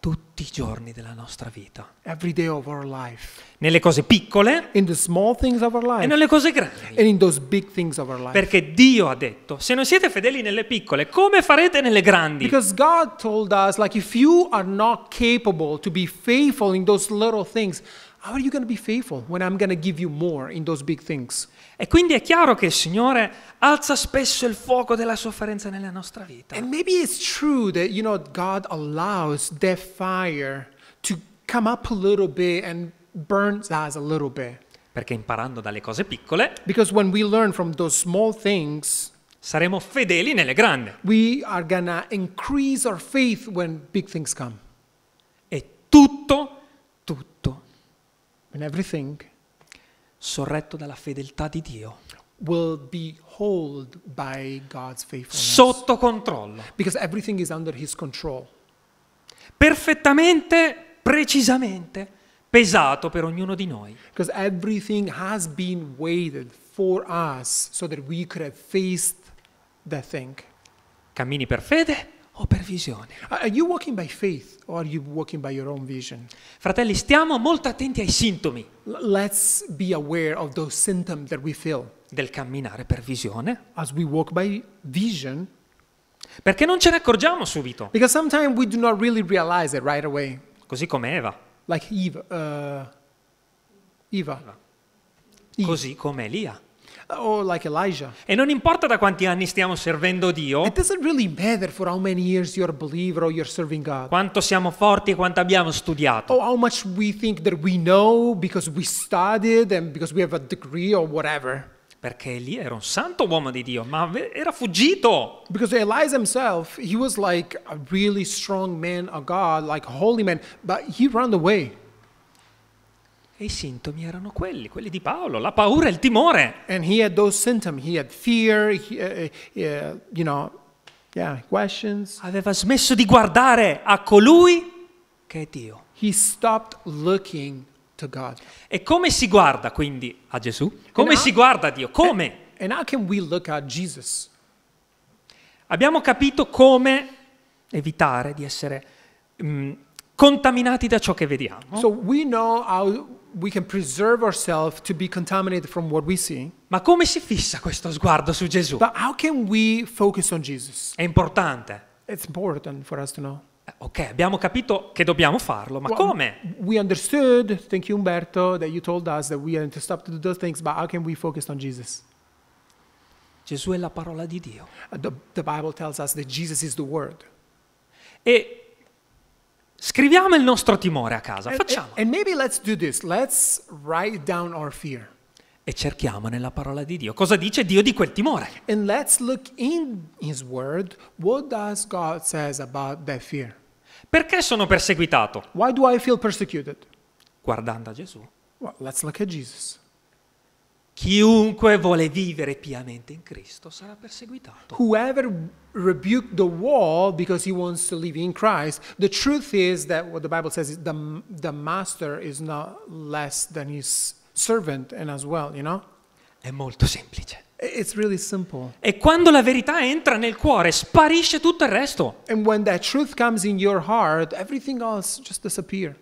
[SPEAKER 2] tutti i giorni della nostra vita,
[SPEAKER 1] every day of our life,
[SPEAKER 2] nelle cose piccole
[SPEAKER 1] in the small things of our
[SPEAKER 2] e
[SPEAKER 1] life,
[SPEAKER 2] nelle cose grandi.
[SPEAKER 1] and in those big things of our life.
[SPEAKER 2] Perché Dio ha detto, se non siete fedeli nelle piccole, come farete nelle grandi?
[SPEAKER 1] Because God told us, like, if you are not capable to be faithful in those little things, How are you going to be faithful when I'm going to give you more in those big things?
[SPEAKER 2] E quindi è chiaro che il Signore alza spesso il fuoco della sofferenza nella nostra vita.
[SPEAKER 1] And maybe it's true that, you know, God allows that fire to come up a little bit and burns us a little bit.
[SPEAKER 2] Perché imparando dalle cose piccole
[SPEAKER 1] Because when we learn from those small things,
[SPEAKER 2] saremo fedeli nelle grandi.
[SPEAKER 1] we are going to increase our faith when big things come.
[SPEAKER 2] E tutto, tutto
[SPEAKER 1] And everything
[SPEAKER 2] sorretto dalla fedeltà di Dio,
[SPEAKER 1] will be held by God's faithfulness.
[SPEAKER 2] sotto controllo,
[SPEAKER 1] because everything is under His control.
[SPEAKER 2] perfettamente, precisamente pesato per ognuno di noi.
[SPEAKER 1] Because everything has been waited for us so that we could have faced the thing.
[SPEAKER 2] Cammini per fede o per visione?
[SPEAKER 1] Are you walking by faith or are you walking by your own vision?
[SPEAKER 2] Fratelli, stiamo molto attenti ai sintomi
[SPEAKER 1] L- let's be aware of those symptoms that we feel
[SPEAKER 2] del camminare per visione,
[SPEAKER 1] as we walk by vision
[SPEAKER 2] perché non ce ne accorgiamo subito,
[SPEAKER 1] because sometimes we do not really realize it right away.
[SPEAKER 2] così come Eva,
[SPEAKER 1] Like Eve, uh, Eva, Sì.
[SPEAKER 2] così come Elia.
[SPEAKER 1] or like Elijah.
[SPEAKER 2] E non importa da quanti anni stiamo servendo Dio,
[SPEAKER 1] It doesn't really matter for how many years you're a believer or you're serving God.
[SPEAKER 2] quanto siamo forti e quanto abbiamo studiato.
[SPEAKER 1] or Oh, how much we think that we know because we studied and because we have a degree or whatever.
[SPEAKER 2] Perché Elia era un santo uomo di Dio, ma ave- era fuggito.
[SPEAKER 1] Because Elias himself, he was like a really strong man of God, like a holy man, but he ran away.
[SPEAKER 2] E i sintomi erano quelli, quelli di Paolo, la paura e il timore.
[SPEAKER 1] And he had those symptoms. He had fear, he, uh, uh, you know, yeah, questions.
[SPEAKER 2] Aveva smesso di guardare a colui che è Dio.
[SPEAKER 1] He stopped looking to God.
[SPEAKER 2] E come si guarda quindi a Gesù? Come si guarda a Dio? Come?
[SPEAKER 1] And how can we look at Jesus?
[SPEAKER 2] Abbiamo capito come evitare di essere mm, contaminati da ciò che vediamo,
[SPEAKER 1] So we know how we can preserve ourselves to be contaminated from what we see.
[SPEAKER 2] ma come si fissa questo sguardo su Gesù?
[SPEAKER 1] But how can we focus on Jesus?
[SPEAKER 2] È importante.
[SPEAKER 1] It's important for us to know.
[SPEAKER 2] Eh, Ok, abbiamo capito che dobbiamo farlo, ma
[SPEAKER 1] Well,
[SPEAKER 2] come?
[SPEAKER 1] We understood, thank you Umberto, that you told us that we had to stop to do those things, but how can we focus on Jesus?
[SPEAKER 2] Gesù è la parola di Dio.
[SPEAKER 1] Uh, The, the Bible tells us that Jesus is the Word.
[SPEAKER 2] E scriviamo il nostro timore a casa,
[SPEAKER 1] And,
[SPEAKER 2] facciamo.
[SPEAKER 1] and maybe let's do this. Let's write down our fear.
[SPEAKER 2] E cerchiamo nella parola di Dio. Cosa dice Dio di quel timore?
[SPEAKER 1] And let's look in His Word. What does God says about that fear?
[SPEAKER 2] Perché sono perseguitato?
[SPEAKER 1] Why do I feel persecuted?
[SPEAKER 2] Guardando a Gesù.
[SPEAKER 1] Well, let's look at Jesus.
[SPEAKER 2] Chiunque vuole vivere piamente in Cristo sarà perseguitato.
[SPEAKER 1] whoever rebuked the wall because he wants to live in Christ, the truth is that what the Bible says is the, the master is not less than his servant and as well, you know?
[SPEAKER 2] È molto semplice.
[SPEAKER 1] I- It's really simple.
[SPEAKER 2] E quando la verità entra nel cuore, sparisce tutto il resto.
[SPEAKER 1] And when that truth comes in your heart, everything else just disappear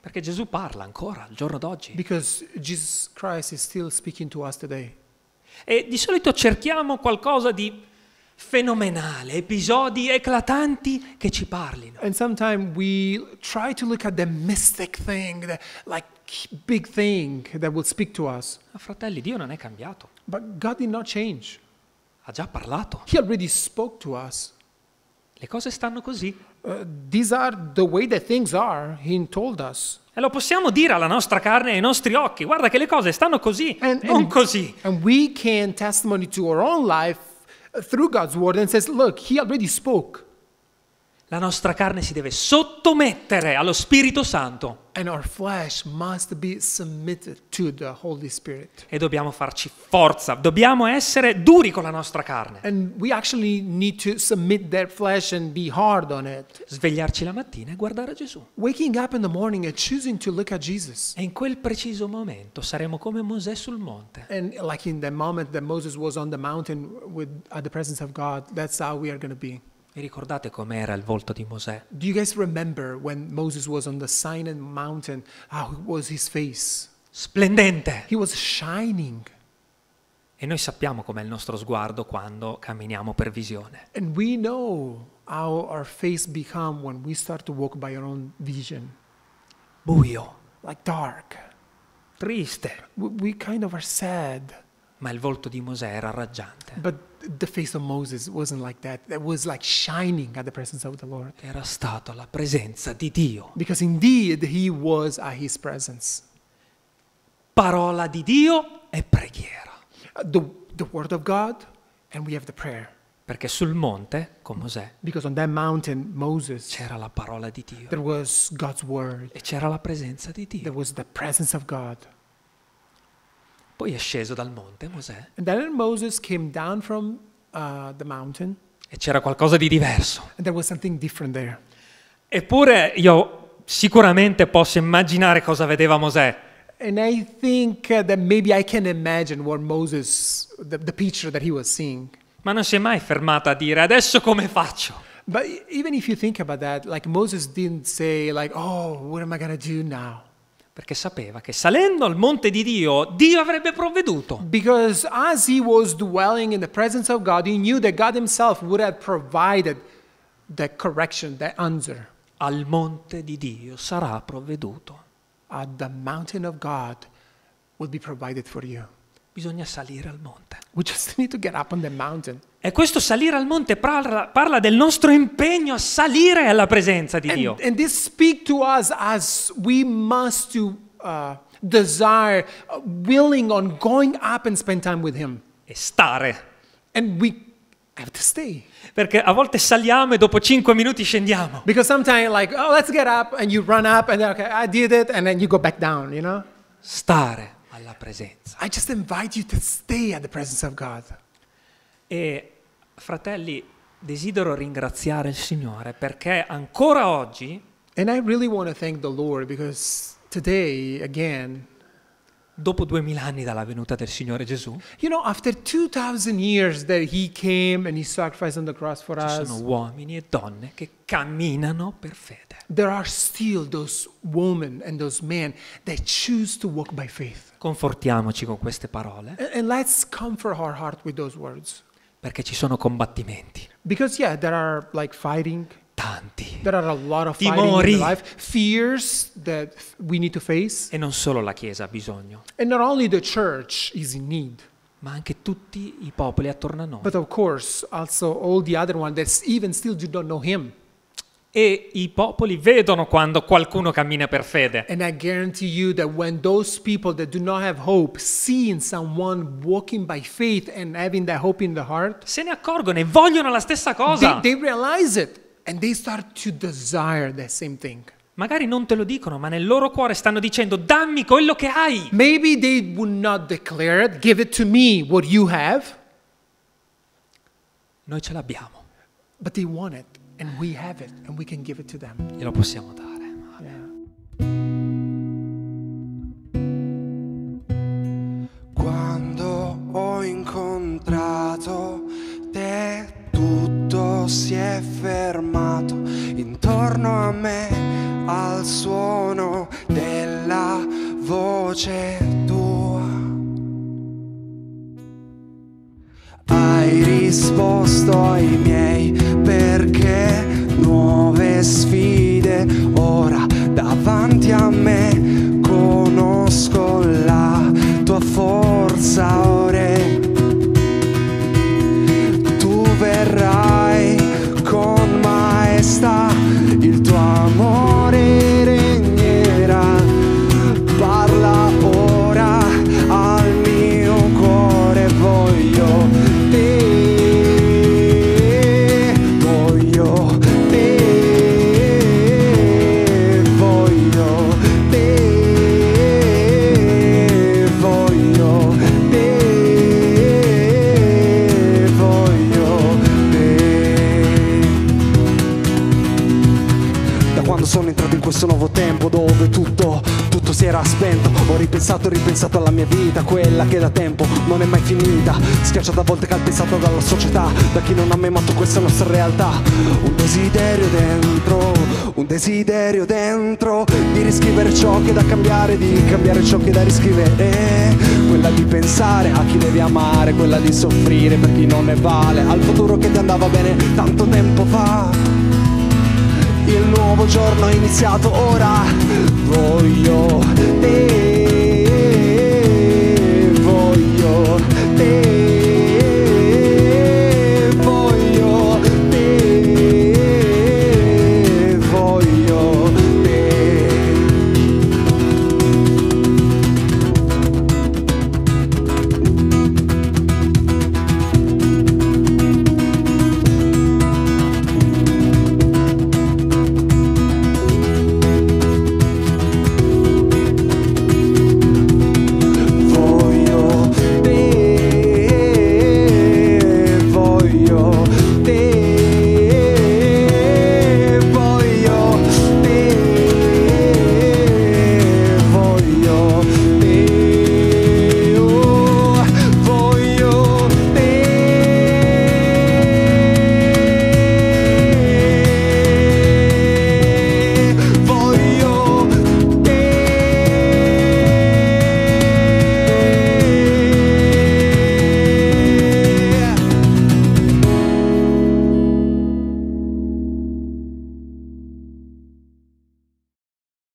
[SPEAKER 2] Perché Gesù parla ancora al giorno d'oggi.
[SPEAKER 1] because Jesus Christ is still speaking to us today.
[SPEAKER 2] E di solito cerchiamo qualcosa di fenomenale, episodi eclatanti che ci parlino.
[SPEAKER 1] And sometimes we try to look at the mystic thing, the like big thing that will speak to us.
[SPEAKER 2] Ma fratelli, Dio non è cambiato.
[SPEAKER 1] But God did not change.
[SPEAKER 2] Ha già parlato.
[SPEAKER 1] He already spoke to us.
[SPEAKER 2] Le cose stanno così.
[SPEAKER 1] Uh, these are the way that things are, he told us.
[SPEAKER 2] E lo possiamo dire alla nostra carne e ai nostri occhi. Guarda che le cose stanno così,
[SPEAKER 1] And-
[SPEAKER 2] non
[SPEAKER 1] and-
[SPEAKER 2] così.
[SPEAKER 1] And we can testimony to our own life uh, through God's word and says, look, he already spoke.
[SPEAKER 2] La nostra carne si deve sottomettere allo Spirito Santo
[SPEAKER 1] And our flesh must be submitted to the Holy Spirit.
[SPEAKER 2] e dobbiamo farci forza, dobbiamo essere duri con la nostra carne.
[SPEAKER 1] And we actually need to submit that flesh and be hard on it.
[SPEAKER 2] Svegliarci la mattina e guardare Gesù.
[SPEAKER 1] Waking up in the morning and choosing to look at Jesus.
[SPEAKER 2] E in quel preciso momento saremo come Mosè sul monte.
[SPEAKER 1] And like in the moment that Moses was on the mountain with at the presence of God, that's how we are going to be.
[SPEAKER 2] Vi ricordate com'era il volto di Mosè?
[SPEAKER 1] Do you guys remember when Moses was on the Sinai mountain? How was his face?
[SPEAKER 2] Splendente!
[SPEAKER 1] He was shining.
[SPEAKER 2] E noi sappiamo com'è il nostro sguardo quando camminiamo per visione.
[SPEAKER 1] And we know how our face become when we start to walk by our own vision.
[SPEAKER 2] Buio,
[SPEAKER 1] like dark.
[SPEAKER 2] triste,
[SPEAKER 1] We, we kind of are sad.
[SPEAKER 2] ma il volto di Mosè era raggiante,
[SPEAKER 1] But the face of Moses wasn't like that. It was like shining at the presence of the Lord.
[SPEAKER 2] era stato alla presenza di Dio.
[SPEAKER 1] Because indeed, he was at his presence.
[SPEAKER 2] Parola di Dio e preghiera,
[SPEAKER 1] Uh, The, the word of God, and we have the prayer.
[SPEAKER 2] perché sul monte con Mosè
[SPEAKER 1] Because on that mountain, Moses,
[SPEAKER 2] c'era la parola di Dio
[SPEAKER 1] there was God's word,
[SPEAKER 2] e c'era la presenza di
[SPEAKER 1] there
[SPEAKER 2] Dio.
[SPEAKER 1] was the presence of God.
[SPEAKER 2] Poi è sceso dal monte Mosè
[SPEAKER 1] And then Moses came down from uh, the mountain,
[SPEAKER 2] e c'era qualcosa di diverso.
[SPEAKER 1] and there was something different there.
[SPEAKER 2] Eppure io sicuramente posso immaginare cosa vedeva Mosè.
[SPEAKER 1] And I think uh, that maybe I can imagine what Moses, the, the picture that he was seeing.
[SPEAKER 2] Ma non si è mai fermato a dire adesso come faccio?
[SPEAKER 1] But e- even if you think about that, like Moses didn't say, like, oh, what am I going to do now?
[SPEAKER 2] Perché sapeva che salendo al monte di Dio, Dio avrebbe provveduto.
[SPEAKER 1] Because as he was dwelling in the presence of God, he knew that God himself would have provided the correction, the answer.
[SPEAKER 2] Al monte di Dio sarà provveduto.
[SPEAKER 1] At "Uh, the mountain of God will be provided for you.
[SPEAKER 2] Bisogna salire al monte.
[SPEAKER 1] We just need to get up on the mountain.
[SPEAKER 2] E questo salire al monte parla, parla del nostro impegno a salire alla presenza di Dio.
[SPEAKER 1] And, and this speak to us as we must to uh, desire, uh, willing on going up and spend time with him.
[SPEAKER 2] E stare.
[SPEAKER 1] And we have to stay.
[SPEAKER 2] Perché a volte saliamo e dopo 5 minuti scendiamo.
[SPEAKER 1] Because sometimes, like, oh, let's get up, and you run up, and then, okay, I did it, and then you go back down, you know?
[SPEAKER 2] Stare alla presenza.
[SPEAKER 1] I just invite you to stay at the presence of God.
[SPEAKER 2] E fratelli, desidero ringraziare il Signore perché ancora oggi,
[SPEAKER 1] And I really want to thank the Lord because today, again,
[SPEAKER 2] dopo 2000 anni dalla venuta del Signore Gesù, ci
[SPEAKER 1] you know, after 2,000 years that He came and He sacrificed on the cross for us,
[SPEAKER 2] sono uomini e donne che camminano per fede.
[SPEAKER 1] there are still those women and those men that choose to walk by faith.
[SPEAKER 2] Confortiamoci con queste parole
[SPEAKER 1] And, and let's comfort our heart with those words.
[SPEAKER 2] perché ci sono combattimenti,
[SPEAKER 1] Because, yeah, there are like fighting,
[SPEAKER 2] tanti,
[SPEAKER 1] There are a lot of fighting
[SPEAKER 2] Timori.
[SPEAKER 1] in life, fears that we need to face,
[SPEAKER 2] e non solo la Chiesa ha bisogno,
[SPEAKER 1] and not only the church is in need,
[SPEAKER 2] ma anche tutti i popoli attorno a noi.
[SPEAKER 1] but of course also all the other ones that even still do not know Him.
[SPEAKER 2] E i popoli vedono quando qualcuno cammina per fede.
[SPEAKER 1] And I guarantee you that when those people that do not have hope see in someone walking by faith and having that hope in the heart,
[SPEAKER 2] Se ne accorgono e vogliono la stessa cosa.
[SPEAKER 1] they, they realize it and they start to desire that same thing.
[SPEAKER 2] Magari non te lo dicono, ma nel loro cuore stanno dicendo dammi quello che hai.
[SPEAKER 1] Maybe they would not declare it, give it to me what you have,
[SPEAKER 2] Noi ce l'abbiamo,
[SPEAKER 1] but they want it and we have it and we can give it to them.
[SPEAKER 2] glielo possiamo dare.
[SPEAKER 3] Quando ho incontrato te tutto si è fermato intorno a me al suono della voce tua. Hai risposto ai miei perché nuove sfide ora davanti a me conosco la tua forza ore. Tu verrai con maestà, il tuo amore regnerà. Parla ora al mio cuore, voglio te, voglio te, voglio te, voglio te, voglio te. Da quando sono entrato in questo nuovo tempo dove tutto, tutto si era spento Ho ripensato e ripensato alla mia vita, quella che da tempo non è mai finita Schiacciata a volte calpestata dalla società, da chi non ha mai amato questa nostra realtà Un desiderio dentro, un desiderio dentro Di riscrivere ciò che è da cambiare, di cambiare ciò che è da riscrivere Quella di pensare a chi devi amare, quella di soffrire per chi non ne vale Al futuro che ti andava bene tanto tempo fa Il nuovo giorno è iniziato ora. Voglio te.